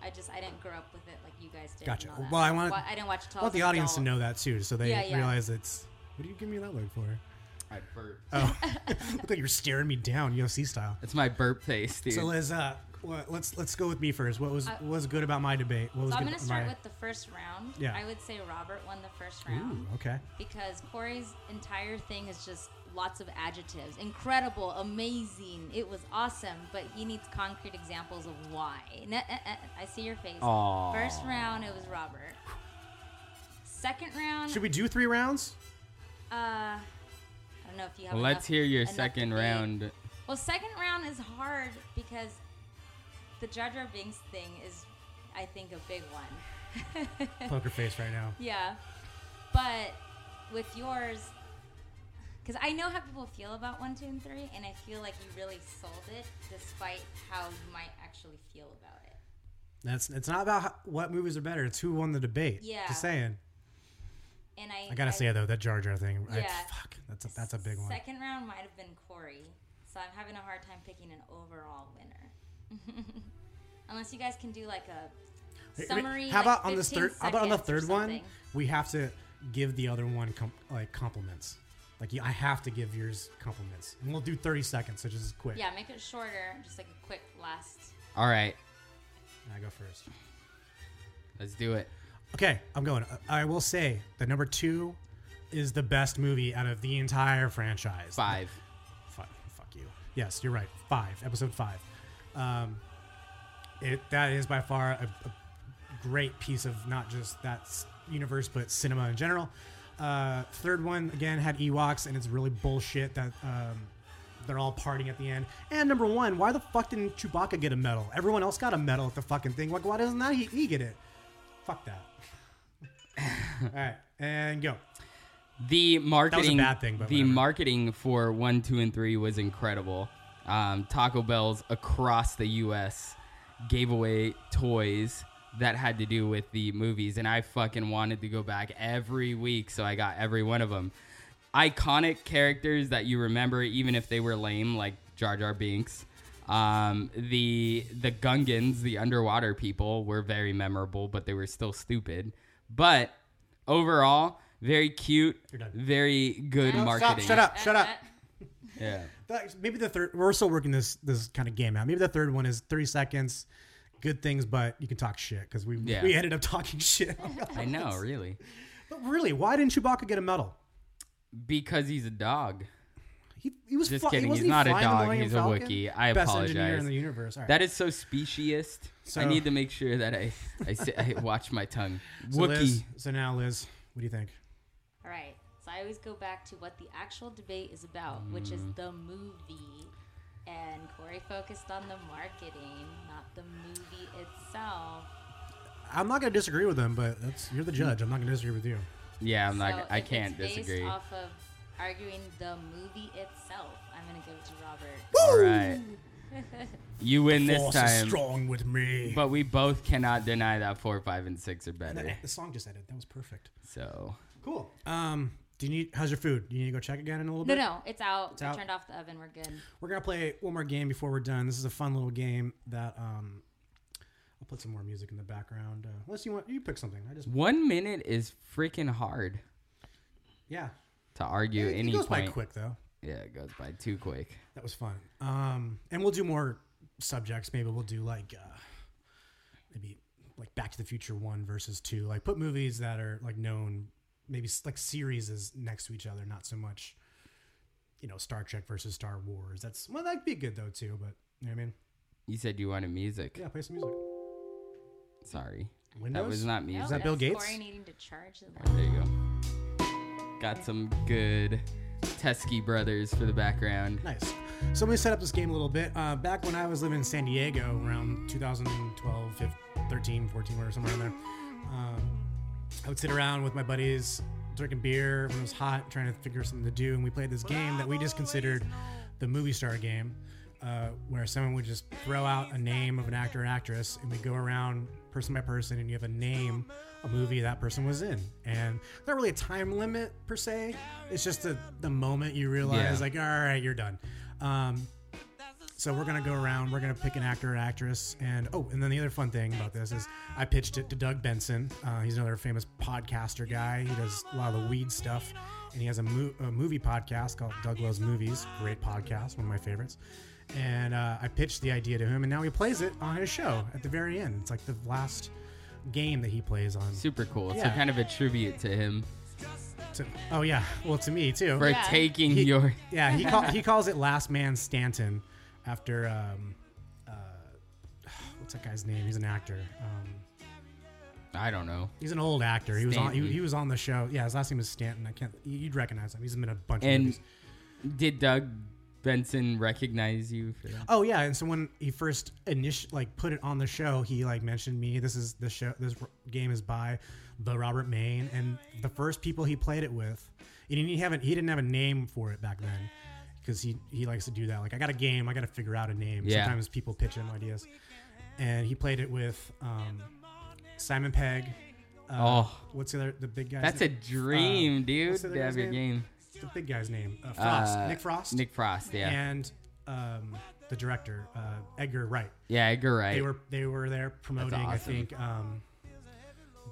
D: I just I didn't grow up with it like you guys did. and
A: Gotcha.
D: all that.
A: Well, I want-
D: Wa- I didn't watch. Till
A: I want the
D: I was an
A: audience to
D: adult.
A: know that too, so they
D: Yeah, yeah.
A: realize it's. What are you giving me that look for?
B: I burp.
A: Oh, I thought you were staring me down UFC style.
B: That's my burp face, dude.
A: So Liz, uh, wha- let's let's go with me first. What was
D: I-
A: what was good about my debate? What was
D: Uh, So I'm
A: good
D: gonna
A: about
D: start
A: my-
D: with the first round.
A: Yeah.
D: I would say Robert won the first round.
A: Ooh, okay.
D: because Corey's entire thing is just lots of adjectives incredible, amazing, it was awesome, but he needs concrete examples of why. N- uh, uh, I see your face.
B: Aw.
D: First round, it was Robert. Second round,
A: Should we do three rounds?
D: uh, I don't know if you have.
B: Well, let's
D: enough-
B: hear your
D: enough
B: second
D: debate.
B: round.
D: Well, second round is hard because the Jar Jar Binks thing is, I think, a big one.
A: Poker face right now.
D: Yeah. But with yours, because I know how people feel about one, two, and three, and I feel like you really sold it despite how you might actually feel about it.
A: That's it's not about how, what movies are better. It's who won the debate.
D: Yeah.
A: just saying.
D: And I,
A: I gotta say though, that Jar Jar thing. I,
D: Yeah.
A: fuck, that's a, that's a big one.
D: Second round might have been Corey, so I'm having a hard time picking an overall winner. Unless you guys can do like a
A: I mean,
D: summary.
A: how
D: like
A: about on this
D: 15
A: third? How about on the
D: seconds or
A: third one?
D: something.
A: We have to give the other one com- like compliments. Like you, I have to give yours compliments, and we'll do thirty seconds, so just quick.
D: Yeah, make it shorter, just like a quick last.
B: All right,
A: And I go first.
B: let's do it.
A: Okay, I'm going. Uh, I will say that number two is the best movie out of the entire franchise.
B: Five.
A: Fuck, fuck you. Yes, you're right. Five, episode five. Um, it that is by far a, a great piece of not just that s- universe, but cinema in general. Uh, third one again had Ewoks, and it's really bullshit that um, they're all partying at the end. And number one, why the fuck didn't Chewbacca get a medal? Everyone else got a medal at the fucking thing. Like, why doesn't that he, he get it? Fuck that. all right, and go.
B: The marketing,
A: bad thing, but
B: the
A: whatever.
B: marketing for one, two, and three was incredible. Um, Taco Bell's across the U.S. gave away toys that had to do with the movies, and I fucking wanted to go back every week, so I got every one of them. Iconic characters that you remember, even if they were lame, like Jar Jar Binks. Um, the the Gungans, the underwater people, were very memorable, but they were still stupid. But overall, very cute,
A: You're done.
B: very good marketing.
A: Stop! Shut up! Shut
D: Uh,
A: up!
B: Yeah.
A: That- maybe the third. We're still working this this kind of game out. Maybe the third one is thirty seconds, good things, but you can talk shit because we
B: Yeah.
A: we ended up talking shit.
B: I know, really.
A: but really, why didn't Chewbacca get a medal?
B: Because he's a dog.
A: He, he was
B: Just
A: fly-
B: kidding,
A: wasn't
B: he's
A: he
B: not a
A: flying the
B: dog,
A: Millennium
B: he's a
A: Falcon?
B: Wookiee. I
A: Best engineer
B: apologize.
A: in the universe. All right.
B: That is so speciest. I
A: So-
B: need to make sure that I I, say, I watch my tongue.
A: so
B: Wookie.
A: Liz, so now, Liz, what do you think?
D: All right. So I always go back to what the actual debate is about, which is
A: Mm.
D: the movie. And Corey focused on the marketing, not the movie itself.
A: I'm not going to disagree with them, but that's you're the judge. I'm not going to disagree with you.
B: Yeah, I'm
D: So
B: not. I
D: if
B: can't
D: it's based
B: disagree.
D: off of arguing the movie itself, I'm gonna give it to Robert.
B: All right. You win this
A: Force is
B: time.
A: strong with me.
B: But we both cannot deny that four, five, and six are
A: And
B: better.
A: that- the song just ended. That was perfect.
B: So
A: Cool. Um, do you need? How's your food? Do you need to go check again in a little
D: No,
A: bit?
D: no, it's out. I
A: out.
D: turned off the oven. We're good.
A: We're gonna play one more game before we're done. This is a fun little game that um, I'll put some more music in the background. Uh, unless you want, you pick something. I just
B: one minute is freaking hard
A: yeah.
B: to argue
A: it
B: any
A: goes
B: point.
A: by quick though.
B: Yeah, it goes by too quick.
A: That was fun. Um, and we'll do more subjects. Maybe we'll do like uh, maybe like Back to the Future one versus two. Like put movies that are like known, maybe s- like series is next to each other, not so much. You know, Star Trek versus Star Wars. That's well, that'd be good though too. But you know what I mean?
B: You said you wanted music.
A: Yeah, play some music.
B: Sorry,
A: Windows.
B: that was not music.
A: that Bill
D: that's
A: Gates?
D: Corey needing to charge the
B: There you go. Got some good Teskey brothers for the background.
A: Nice. So let me set up this game a little bit. Uh, back when I was living in San Diego around 2012, 15, 13, 14, or somewhere in there, um, I would sit around with my buddies drinking beer when it was hot, trying to figure something to do. And we played this game that we just considered the movie star game, uh, where someone would just throw out a name of an actor and actress, and we go around person by person, and you have a name, a movie that person was in. And not really a time limit per se, it's just the, the moment you realize,
B: Yeah.
A: like, all right, you're done. Um, so we're gonna go around. We're gonna pick an actor or actress, and oh, and then the other fun thing about this is I pitched it to Doug Benson. Uh, he's another famous podcaster guy. He does a lot of the weed stuff, and he has a, mo- a movie podcast called Doug Loves Movies. Great podcast, one of my favorites. And uh, I pitched the idea to him, and now he plays it on his show at the very end. It's like the last game that he plays on.
B: Super cool. So
A: Yeah.
B: kind of a tribute to him
A: To, oh yeah, well to me too.
B: for
D: Yeah.
B: taking your.
A: Yeah, he call, he calls it Last Man Stanton after um, uh, what's that guy's name? He's an actor. Um,
B: I don't know.
A: he's an old actor. He was on he,
B: Stanton.
A: he was on the show. Yeah, his last name is Stanton. I can't. you- You'd recognize him. He's been in a bunch of
B: And
A: movies.
B: did Doug Benson recognize you for that?
A: Oh yeah, and so when he first initial like put it on the show, he like mentioned me. This is the show. This r- game is by the Robert Maine, and the first people he played it with, and he didn't have an, he didn't have a name for it back then, because he he likes to do that. Like I got a game, I got to figure out a name.
B: Yeah.
A: Sometimes people pitch him ideas, and he played it with um, Simon Pegg. Uh,
B: Oh.
A: what's the other the big guy?
B: That's a dream, dude.
A: what's the
B: To
A: other
B: have
A: guy's
B: your
A: name?
B: game.
A: the big guy's name. Uh, Frost.
B: Uh,
A: Nick Frost.
B: Nick Frost, yeah. Yeah,
A: And um, the director uh, Edgar Wright
B: Edgar Wright.
A: they were they were there promoting i
B: awesome.
A: think um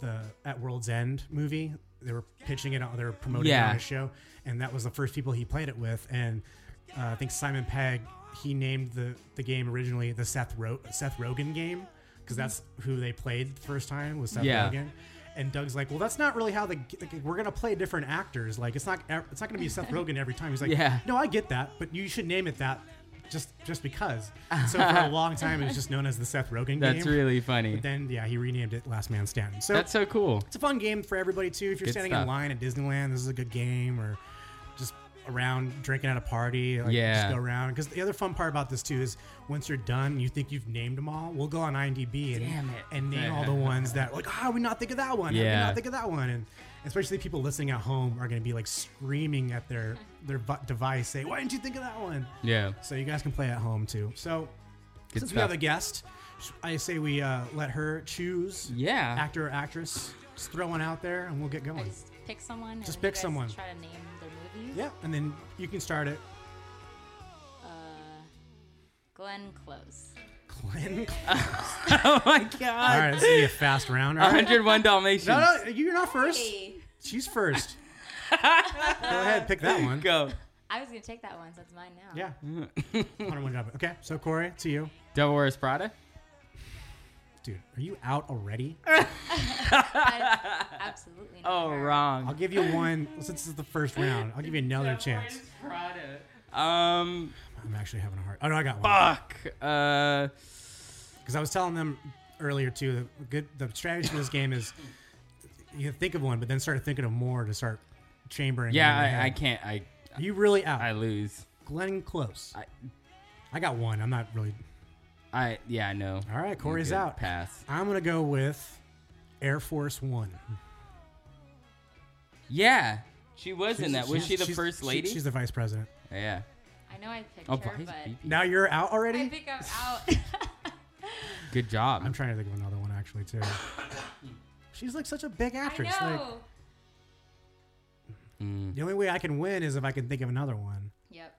A: the at world's end movie they were pitching it on they were promoting it
B: Yeah.
A: on a show and that was the first people he played it with and uh, i think simon pegg he named the the game originally the seth, Ro- seth rogen game because that's who they played the first time was seth
B: Yeah.
A: rogen and Doug's like, well, that's not really how the like, we're gonna play different actors. Like, it's not it's not gonna be Seth Rogen every time. He's like,
B: Yeah.
A: no, I get that, but you should name it that, just just because. So for a long time, it was just known as the Seth Rogen game.
B: That's really funny.
A: But then yeah, he renamed it Last Man Standing. So
B: That's so cool.
A: it's a fun game for everybody too. If you're
B: Good
A: standing in
B: stuff.
A: line at Disneyland, this is a good game, or just around drinking at a party. Like,
B: Yeah.
A: just go around. Because the other fun part about this too is once you're done, you think you've named them all. We'll go on IMDb and
B: Damn it.
A: and name all the ones that like, how did we not think of that one? How did we
B: Yeah.
A: not think of that one? And especially people listening at home are going to be like screaming at their their bu- device, saying, "Why didn't you think of that one?"
B: Yeah.
A: So you guys can play at home too. So
B: Good
A: since we
B: stuff.
A: have a guest, sh- I say we uh, let her choose
B: yeah.
A: actor or actress. Just throw one out there and we'll get
D: I
A: going.
D: just pick someone.
A: Just
D: and
A: pick
D: you guys
A: someone.
D: Try to name their movies.
A: Yeah, and then you can start it.
D: Uh, Glenn Close.
A: Glenn.
B: oh my
A: All
B: god.
A: right, this is gonna be a fast round. All right.
B: 101 Dalmatians.
A: No, no, you're not first.
D: Hey,
A: She's first. Go ahead, pick that one.
B: Go.
D: I was gonna take that one, so it's mine now.
A: Yeah. 101 job. Okay, so Corey, to you.
B: Devil Wears Prada.
A: dude, are you out already?
D: I- absolutely not.
B: Oh,
D: her.
B: wrong.
A: I'll give you one since this is the first round. I'll give you another chance.
B: Um,
A: I'm actually having a hard. Oh no, I got one.
B: fuck. Uh,
A: Because I was telling them earlier too. The good the strategy in this game is you can think of one, but then start thinking of more to start chambering. them in your
B: yeah, I, I
A: head.
B: can't. I,
A: You really out.
B: I lose.
A: Glenn Close. I,
B: I-
A: got one. I'm not really.
B: I, yeah, I know.
A: All right, Corey's
B: Good
A: out.
B: Pass.
A: I'm gonna go with Air Force One.
B: Yeah, she was in that.
A: She's-
B: Was she
A: she's-
B: the
A: she's-
B: first
A: she-
B: lady?
A: she's the vice president.
B: yeah.
D: I know I picked
B: Oh,
D: her,
B: vice
D: but
B: VP.
A: Now you're out already.
D: I think I'm out.
B: Good job.
A: I'm trying to think of another one actually too. She's like such a big
D: I
A: actress. Like
D: know.
B: Mm.
A: the only way I can win is if I can think of another one.
D: Yep.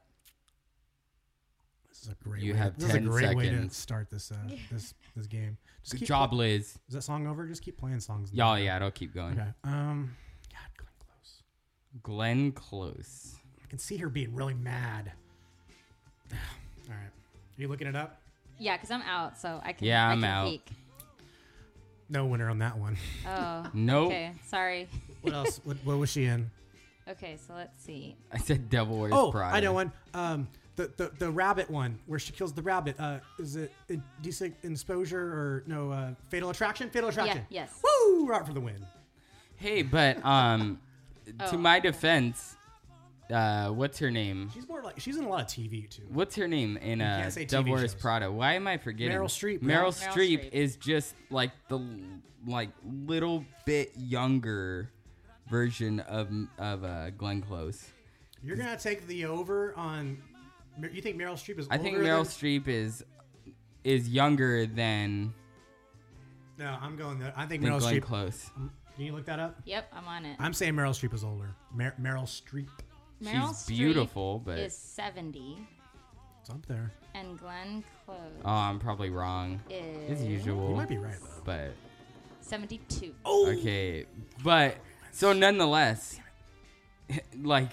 A: This is a great.
B: You
A: way,
B: have
A: this is a
B: 10
A: great way to
B: seconds.
A: start this uh, this this game. Just
B: Good
A: keep
B: job, Liz.
A: Is that song over? Just keep playing songs. in the
B: Y'all,
A: background.
B: yeah, it'll keep going.
A: Okay. Um. God, Glenn Close.
B: Glenn Close.
A: I can see her being really mad. All right. Are you looking it up?
D: Yeah, because I'm out, so I can.
B: Yeah,
D: I
B: I'm
D: can
B: out.
D: Peek.
A: No winner on that one.
D: Oh.
B: Nope.
D: Okay. Sorry.
A: What else? what, what was she in?
D: Okay, so let's see.
B: I said Devil Wears
A: Oh,
B: Prada.
A: I know one. Um, the, the the rabbit one where she kills the rabbit. Uh, is it in- do you say exposure or no? Uh, fatal attraction. Fatal attraction.
D: yes.
A: Woo! Right for the win.
B: Hey, but um,
D: Oh,
B: to my
D: okay.
B: defense, uh, what's her name?
A: She's more like she's in a lot of TV too.
B: What's her name in uh,
A: can't say TV
B: Devil Wears
A: shows.
B: Prada? Why am I forgetting?
A: Meryl Streep, yeah.
B: Meryl,
D: Meryl
B: Streep,
D: Streep.
B: is just like the like little bit younger version of of uh, Glenn Close.
A: You're gonna take the over on. Mer- You think Meryl Streep is?
B: I think
A: older
B: Meryl
A: than-
B: Streep is is younger than,
A: No, I'm going. There. I think
B: than
A: Meryl
B: Glenn
A: Streep.
B: Close.
A: Can you look that up?
D: Yep, I'm on it.
A: I'm saying Meryl Streep is older. Mer- Meryl Streep.
D: Meryl
B: She's
D: Streep
B: beautiful, but
D: Is 70,
A: It's up there.
D: and Glenn Close
B: oh, I'm probably wrong
D: is
B: as usual.
A: You might be right though.
B: but
D: 72.
A: Oh.
B: okay, but so nonetheless, like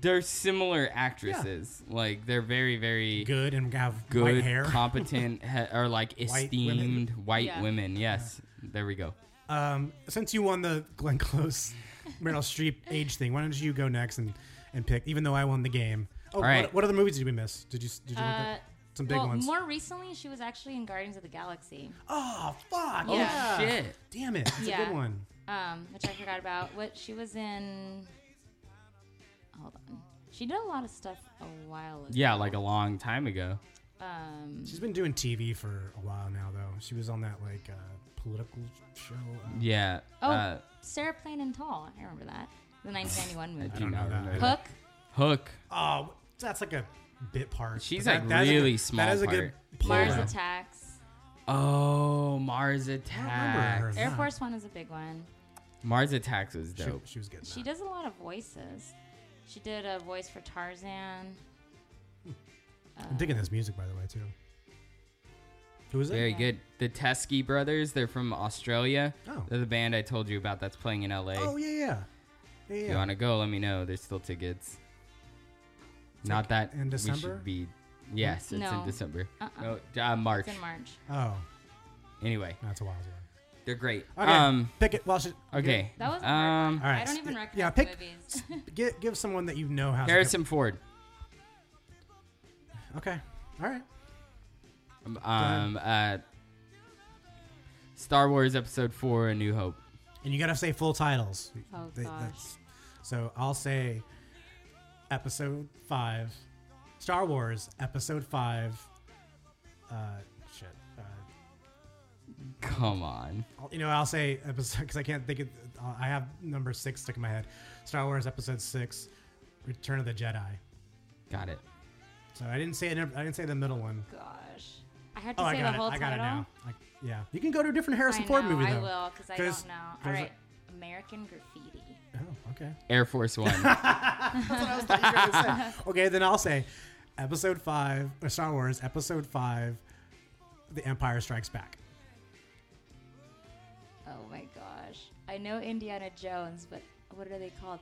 B: they're similar actresses. Like they're very very
A: Good and have
B: good,
A: white hair.
B: competent, he- or like esteemed white women.
D: Yeah.
B: Yes, there we go.
A: Um, since you won the Glenn Close, Meryl Streep age thing, why don't you go next and, and pick? Even though I won the game. Oh,
B: All right.
A: what, what other movies did we miss? Did you did you look
D: Uh,
A: at some big
D: well,
A: ones?
D: more recently, she was actually in Guardians of the Galaxy,
A: oh fuck!
D: Oh,
A: yeah.
B: shit.
A: Damn it! It's a
D: Yeah.
A: good one.
D: um, which I forgot about. What she was in? Hold on. She did a lot of stuff a while ago.
B: Yeah, like a long time ago.
D: Um,
A: She's been doing TV for a while now, though. She was on that like uh, political show. Uh,
B: Yeah.
D: oh,
B: uh,
D: Sarah Plain and Tall. I remember that. The 1991
B: I
D: movie.
B: do
A: don't
B: not
A: know that.
B: remember. that.
D: Hook.
B: Hook.
A: Oh, that's like a bit part.
B: She's,
A: But
B: like,
A: that's a
B: really
A: good-
B: small
A: That is a good part.
D: Mars Attacks.
B: Oh, Mars
A: remember her.
B: Attacks.
D: Air
A: Yeah.
D: Force One is a big one.
B: Mars Attacks was
A: She,
B: dope.
A: she was good. in
D: She
A: that.
D: does a lot of voices. She did a voice for Tarzan.
A: I'm digging this music, by the way, too. Who is it?
B: Very good. The Teskey brothers, they're from Australia.
A: Oh.
B: They're the band I told you about that's playing in LA.
A: Oh yeah, yeah, yeah.
B: You
A: yeah.
B: want to go? Let me know. There's still tickets. Not that
A: in
B: We
A: December?
B: should be. Yes, it's
D: No.
B: in December.
D: Uh-uh.
B: No, uh, March.
D: It's in March.
A: oh,
B: Anyway,
A: that's a wild one.
B: they're great.
A: Okay,
B: Um,
A: pick it. Well, should,
B: okay.
D: That was a hard
B: um,
A: All right.
D: I don't even
A: Yeah,
D: recognize
A: pick-
D: movies.
A: Give, give someone that you know how. to
B: Harrison Ford.
A: get- Okay. All right.
B: Um, Um, uh, Star Wars Episode Four: A New Hope.
A: And you gotta say full titles.
D: Oh,
A: They-
D: gosh.
A: so I'll say episode five, Star Wars episode five. Uh, shit. Uh,
B: Come on.
A: I'll- you know, I'll say episode because I can't think of. I have number six stuck in my head. Star Wars episode six, Return of the Jedi.
B: Got it.
A: So I didn't say I didn't say the middle one.
D: Gosh. I had to
A: Oh, I
D: say
A: got
D: the
A: it.
D: whole
A: I got
D: title.
A: it now. I, yeah, you can go to a different Harrison
D: I
A: Ford
D: know,
A: movie though.
D: I will, because I
A: 'Cause
D: don't know. All
A: there's a-
D: right. American Graffiti.
A: Oh, okay.
B: Air Force One.
A: okay, then I'll say episode five, or Star Wars, episode five, The Empire Strikes Back.
D: Oh, my gosh. I know Indiana Jones, but what are they called?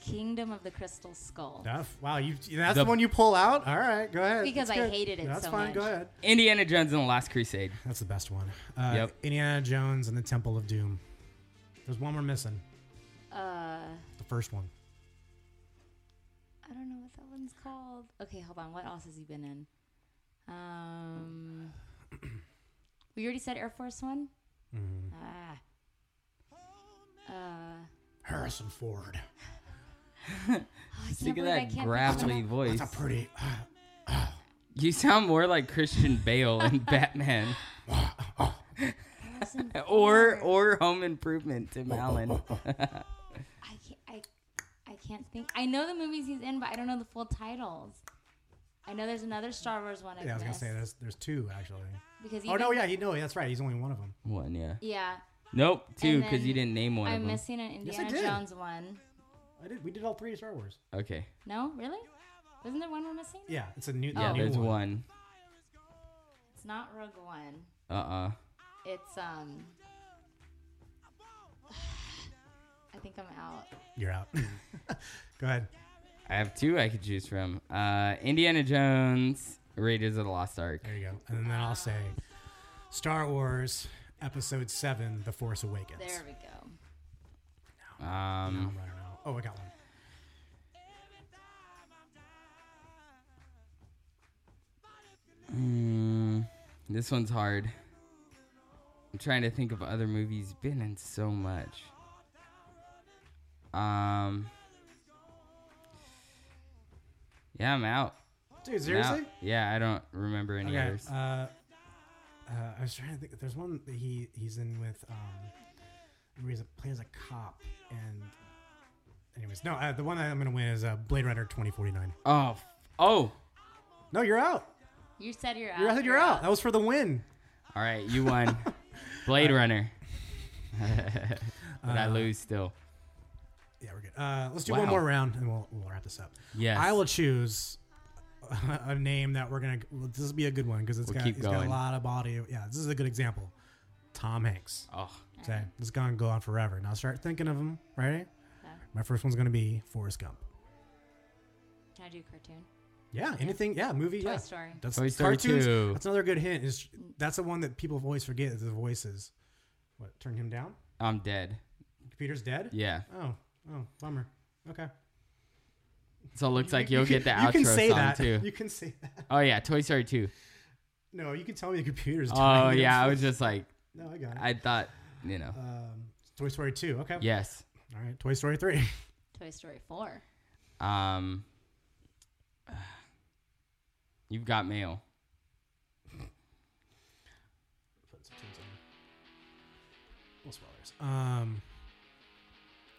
D: Kingdom of the Crystal Skull.
A: That's, wow, you, that's
B: The-
A: the one you pull out? All right, go ahead.
D: Because
A: That's
D: I
A: good.
D: hated it
A: That's
D: so
A: fine,
D: much.
A: go ahead.
B: Indiana Jones and the Last Crusade.
A: That's the best one. Uh,
B: Yep.
A: Indiana Jones and the Temple of Doom. There's one we're missing.
D: Uh,
A: The first one.
D: I don't know what that one's called. Okay, hold on. What else has he been in? Um, we already said Air Force One.
A: Mm-hmm.
D: Ah. Uh,
A: Harrison Ford.
D: oh, I can't
B: Think of
D: believe I
B: that
D: can't
B: gravelly
D: think of-
B: voice.
A: That's a pretty.
B: You sound more like Christian Bale in Batman,
D: Harrison
B: or
D: Ford.
B: or Home Improvement, Tim Allen.
D: I can't, I, I can't think. I know the movies he's in, but I don't know the full titles. I know there's another Star Wars one. I've
A: Yeah, I was gonna
D: missed,
A: say there's there's two actually.
D: Because
A: oh no,
D: even-
A: yeah, he no, that's right. He's only one of them.
B: One, yeah.
D: yeah.
B: Nope, two,
D: And
B: because you
D: then
B: didn't name one
D: I'm
B: of them.
D: missing an
A: Yes, I
D: Indiana
A: did.
D: Jones one.
A: I did. We did all three Star Wars.
B: Okay,
D: No, really? Isn't there one we're missing?
A: Yeah, it's a new.
B: yeah,
A: a new
B: there's
A: one.
B: one.
D: It's not Rogue One.
B: Uh uh
D: It's um. I think I'm out.
A: You're out. go ahead.
B: I have two I could choose from. Uh, Indiana Jones, Raiders of the Lost Ark.
A: There you go. And then I'll say, Star Wars Episode Seven: The Force Awakens.
D: There we go.
A: No,
B: Um,
A: I'm running out. Oh, I got one.
B: mm, this one's hard. I'm trying to think of other movies. he's Been in so much. Um. Yeah, I'm out.
A: Dude,
B: I'm out.
A: seriously?
B: Yeah, I don't remember any
A: Okay.
B: others.
A: Uh, uh, I was trying to think. There's one that he he's in with um, where he's a, plays a cop and. Anyways, no, uh, the one that I'm gonna win is uh, Blade Runner 2049.
B: oh, f- oh.
A: No, you're out.
D: You said you're out.
A: You're, I said you're out. That was for the win.
B: All right, you won. Blade Runner. but
A: Uh,
B: I lose still.
A: Yeah, we're good. Uh, let's do
B: Wow.
A: one more round and we'll, we'll wrap this up.
B: Yes.
A: I will choose a name that we're gonna. well, This will be a good one because it's
B: We'll
A: got
B: keep
A: it's got
B: going.
A: a lot of body. Yeah, this is a good example. Tom Hanks.
B: Oh,
A: Okay, this is gonna go on forever. Now start thinking of him. Right.
D: Okay.
A: My first one's gonna be Forrest Gump.
D: Can I do a cartoon?
A: Yeah. Anything. Yeah. Movie.
D: Toy
A: yeah.
D: Story.
A: That's
B: Toy Story
A: cartoons.
B: 2.
A: That's another good hint. Is that's the one that people always forget. Is the voices. What? Turn him down.
B: I'm dead.
A: Computer's dead.
B: Yeah.
A: Oh. Oh. Bummer. Okay.
B: So it looks like you'll get the outro
A: You can say
B: song
A: that.
B: too.
A: You can say that.
B: Oh yeah, Toy Story 2.
A: No, you can tell me the computer's.
B: Oh
A: dying.
B: yeah, I was just like,
A: No, I got it.
B: I thought, you know,
A: um, Toy Story two. Okay.
B: yes.
A: All right. Toy Story three.
D: Toy Story Four.
B: Um, you've got mail.
A: We'll spoil this. Um,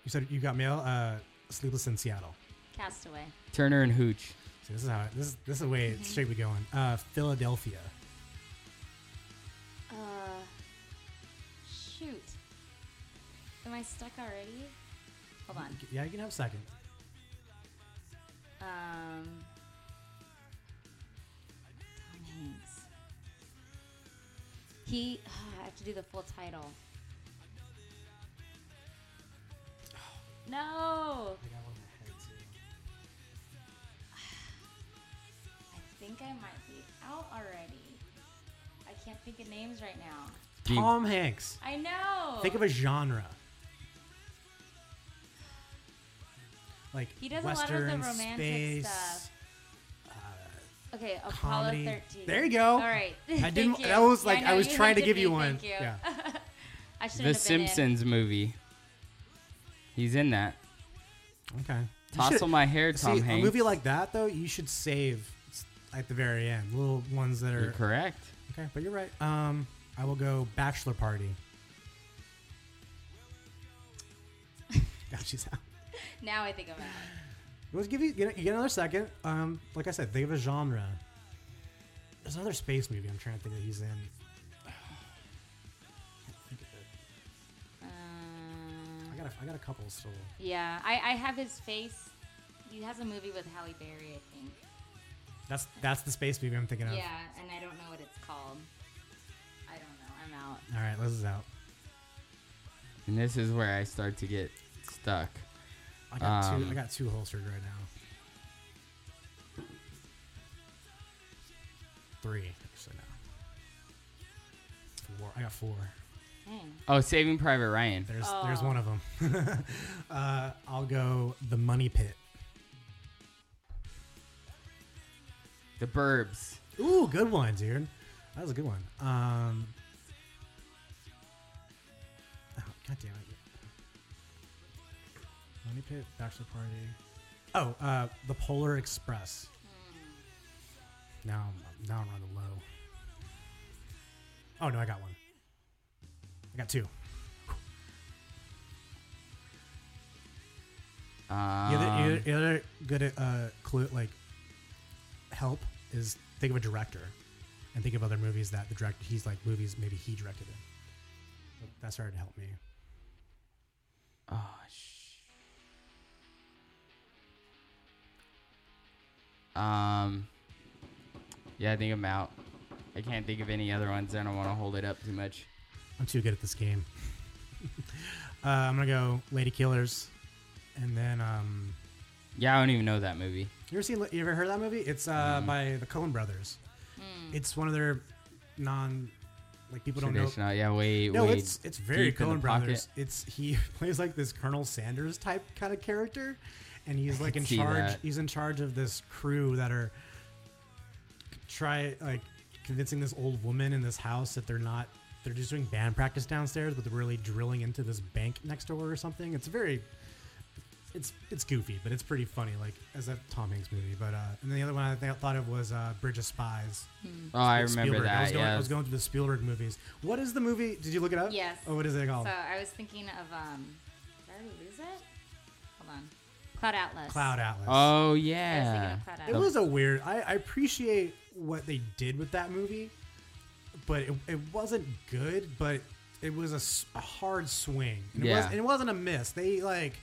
A: you said you got mail. Uh, Sleepless in Seattle.
D: Castaway.
B: Turner and Hooch.
A: See, this is how this is this is the way
D: Mm-hmm.
A: it's straight we going. Uh, Philadelphia.
D: Uh, shoot. Am I stuck already? Hold on.
A: Yeah, you can have a second.
D: Um, Tom Hanks. He. I have to do the full title. No,
A: I got one in my head too.
D: I think I might be out already. I can't think of names right now.
B: Gee,
A: Tom Hanks.
D: I know.
A: Think of a genre. Like
D: He does a lot of the
A: Western,
D: romantic
A: space.
D: stuff. okay, Apollo
A: comedy.
D: 13.
A: There you go.
D: All right.
A: I
D: Thank
A: didn't.
D: you.
A: That was
D: Yeah,
A: like
D: know
A: I was
D: you
A: trying to
D: hinted
A: give
D: me.
A: you one.
D: Thank you.
A: Yeah.
D: I should
B: the
D: have been in.
B: Simpsons movie. He's in that.
A: Okay.
B: Tossle my hair, Tom
A: See,
B: Hanks.
A: a movie like that though, you should save at the very end. Little ones that
B: You're
A: are
B: correct.
A: okay, but you're right. Um, I will go Bachelor Party. God, she's out.
D: Now I think I'm out.
A: Let's give you get, you get another second. Um, like I said, think of a genre. There's another space movie I'm trying to think that he's in.
D: Um,
A: I got a, I got a couple still.
D: Yeah, I, I have his face. He has a movie with Halle Berry, I think.
A: That's that's the space movie I'm thinking of.
D: Yeah, and I don't know what it's called. I don't know. I'm out.
A: All right, Liz is out.
B: And this is where I start to get stuck.
A: I got
B: Um,
A: two. I got two holstered right now. Three actually now. Four. I got four.
D: Dang.
B: Oh, Saving Private Ryan.
A: There's there's
D: Oh.
A: one of them. uh, I'll go the money pit.
B: The Burbs.
A: Ooh, good one, dude. That was a good one. Um, oh, God damn it. Money Pit, Bachelor Party. Oh, uh, the Polar Express. Now, I'm, now I'm on the low. Oh no, I got one. I got two.
B: Um,
A: The other, the other good uh, clue, like help, is think of a director, and think of other movies that the director he's like movies maybe he directed it. But That started to help me.
B: Oh, sh- um. Yeah, I think I'm out. I can't think of any other ones. I don't want to hold it up too much.
A: I'm too good at this game. uh, I'm gonna go Lady Killers, and then um,
B: Yeah, I don't even know that movie.
A: you ever seen you ever heard of that movie? It's uh, by the Coen Brothers. It's one of their non like people don't know.
B: Traditional. Yeah, way,
A: No,
B: way.
A: it's it's very
B: deep in the
A: Coen Brothers.
B: pocket.
A: It's he plays like this Colonel Sanders type kind of character, and he's like
B: can
A: in
B: see
A: charge.
B: that.
A: He's in charge of this crew that are try like convincing this old woman in this house that they're not. They're just doing band practice downstairs, but they're really drilling into this bank next door or something. It's very, it's it's goofy, but it's pretty funny. Like as a Tom Hanks movie. But uh, and then the other one I think I thought of was uh, Bridge of Spies.
B: oh, I
A: Mm-hmm.
B: remember
A: Spielberg.
B: that.
A: I was, going,
B: yeah,
A: I was going through the Spielberg movies. What is the movie? Did you look it up?
D: Yes.
A: Oh, what is it called?
D: So I was thinking of um, did I already lose it? Hold on, Cloud Atlas.
A: Cloud Atlas.
B: Oh
D: I was
B: yeah.
D: thinking of Cloud
A: it
D: Atlas.
A: was a weird. I, I appreciate what they did with that movie, but it, it wasn't good. But it was a, s- a hard swing. And It
B: Yeah.
A: was, and it wasn't a miss. They like.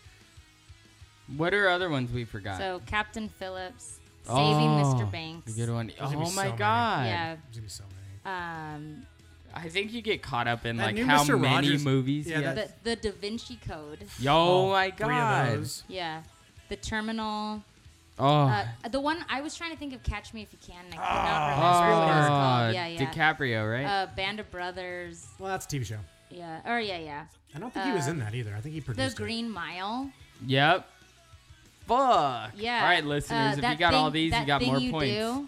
B: What are other ones we forgot?
D: So Captain Phillips, Saving
B: Oh,
D: Mr. Banks.
B: Good one.
A: gonna be
B: Oh
A: so
B: my
A: many.
B: god.
D: Yeah.
A: There's gonna be so many.
D: Um,
B: I think you get caught up in
A: That
B: like
A: new
B: how
A: Mr.
B: many
A: Rogers-
B: movies.
A: Yeah,
B: Yeah.
A: that-
D: the the Da Vinci Code.
B: Yo,
A: Oh,
B: my
A: three of
B: god.
A: those.
D: Yeah. The Terminal.
B: Oh.
D: Uh, the one I was trying to think of, Catch Me If You Can. And I could not
B: oh.
D: remember what it was called. Yeah, yeah.
B: DiCaprio, right?
D: uh, Band of Brothers.
A: Well, that's a TV show.
D: Yeah. Or yeah, yeah.
A: I don't think he was
D: Uh,
A: in that either. I think he
D: The
A: produced.
D: Green Mile.
B: yep. Fuck.
D: Yeah.
B: All right, listeners,
D: Uh,
B: if you
D: That
B: got all
D: Thing-
B: these, you
D: That
B: got
D: Thing
B: more
D: You
B: points.
D: Do.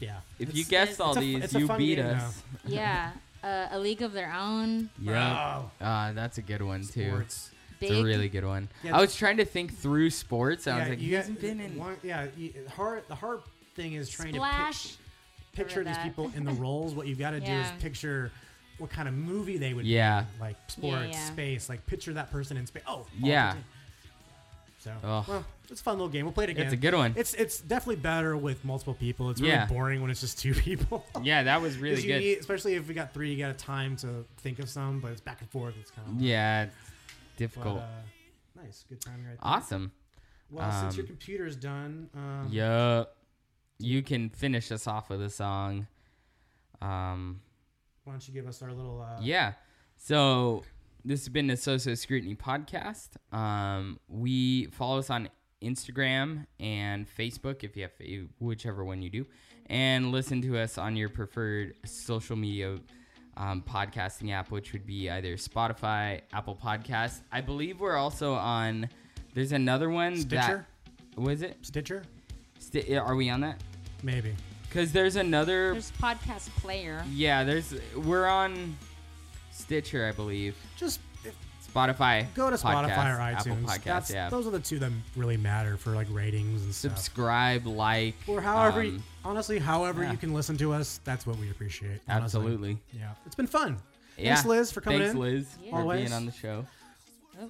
A: It. Yeah.
B: If
A: It's-
B: you guessed all
A: it's a fu-
B: these,
A: it's a
B: you
A: fun
B: beat
A: game,
B: us.
D: Yeah. Uh, a League of Their Own.
B: Yeah.
A: Oh,
B: Uh, that's a good one too.
A: sports.
D: Big.
B: It's a really good one.
A: Yeah,
B: I was trying to think through sports. I
A: yeah,
B: was like,
A: you
B: he
A: got-
B: hasn't been in.
A: One, yeah, you, hard. The hard thing is trying to pick,
D: Splash.
A: picture these
D: that.
A: people in the roles. What you've got to do
D: Yeah.
A: is picture what kind of movie they would
B: Yeah.
A: be in, like sports,
D: yeah.
A: space, like picture that person in space. Oh,
B: Yeah.
A: okay. So,
B: Ugh.
A: well, it's a fun little game. We'll play it again.
B: It's a good one.
A: It's it's definitely better with multiple people. It's really
B: Yeah.
A: boring when it's just two people. 'Cause
B: Yeah, that was really
A: you
B: good.
A: need- especially if we got three, you got a time to think of some, but it's back and forth. It's kind of
B: yeah, it's
A: but,
B: difficult.
A: uh, nice, good timing right there.
B: awesome.
A: well, since your
B: um,
A: computer is done, um,
B: Yup. You can finish us off with a song. Um,
A: why don't you give us our little uh,
B: yeah. So this has been the Soso Scrutiny podcast. Um, we follow us on Instagram and Facebook if you have whichever one you do, and listen to us on your preferred social media um, podcasting app, which would be either Spotify, Apple Podcasts. I believe we're also on. There's another one
A: Stitcher?
B: that was it.
A: Stitcher?
B: Sti- are we on that?
A: Maybe.
B: Because there's another.
D: There's podcast player.
B: yeah, there's. We're on Stitcher, I believe.
A: Just if,
B: Spotify.
A: go to Spotify
B: podcasts,
A: or iTunes.
B: Apple
A: That's,
B: Podcasts. Yeah.
A: Those are the two that really matter for like ratings and stuff.
B: Subscribe, like,
A: or however,
B: um,
A: honestly, however
B: yeah.
A: you can listen to us, that's what we appreciate. honestly.
B: absolutely.
A: Yeah. It's been fun.
B: Yeah.
A: Thanks, Liz, for coming
B: Thanks,
A: in.
B: Liz,
D: Yeah.
B: for
A: Always.
B: being on the show.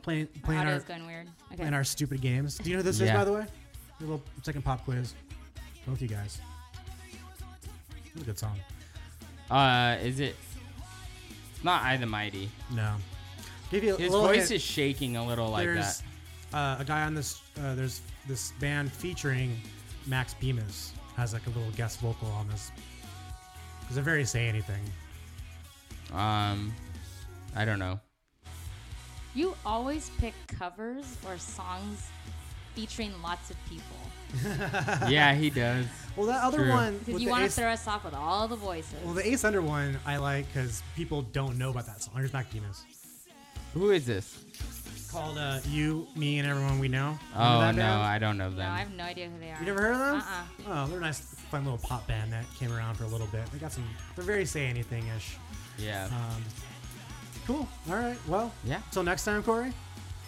A: Playing,
D: My
A: playing, our,
D: audio's going weird. Okay.
A: playing our stupid games. Do you know who this is,
B: Yeah.
A: by the way? A little second pop quiz. Both you guys. That was a good song.
B: Uh, is it? It's not I the Mighty.
A: No. Give you a
B: His
A: little
B: voice
A: hint.
B: is shaking a little like
A: there's
B: that.
A: uh, a guy on this. Uh, there's this band featuring Max Bemis has like a little guest vocal on this. Doesn't very say anything.
B: Um, I don't know.
D: You always pick covers or songs featuring lots of people
B: yeah, he does.
A: Well, that other
B: True.
A: one.
D: because
A: with
D: you
A: the
D: want to
A: Ace-
D: throw us off with all the voices.
A: Well, the Ace Under one I like because people don't know about that song. Here's Mackinac.
B: Who is this?
A: It's called uh, "You, Me, and Everyone We Know." Remember
B: Oh
A: that
B: no,
A: band?
B: I don't know
D: no, I
B: them.
D: have no idea who they are.
A: You never heard of them?
D: Uh-uh.
A: Oh, they're a nice, fun little pop band that came around for a little bit. They got some. They're very say anything ish.
B: Yeah.
A: Um, cool. All right. Well.
B: Yeah.
A: Till next time, Corey.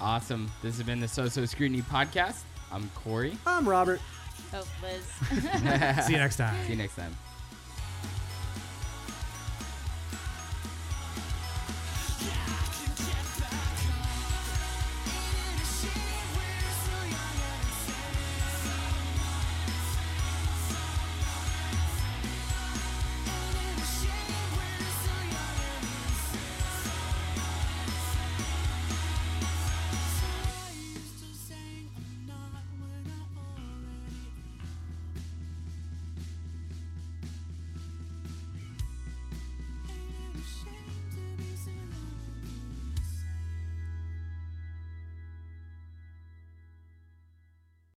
B: Awesome. This has been the So So Scrutiny podcast. I'm Corey.
A: I'm Robert.
D: Oh, Liz.
A: See you next time.
B: See you next time.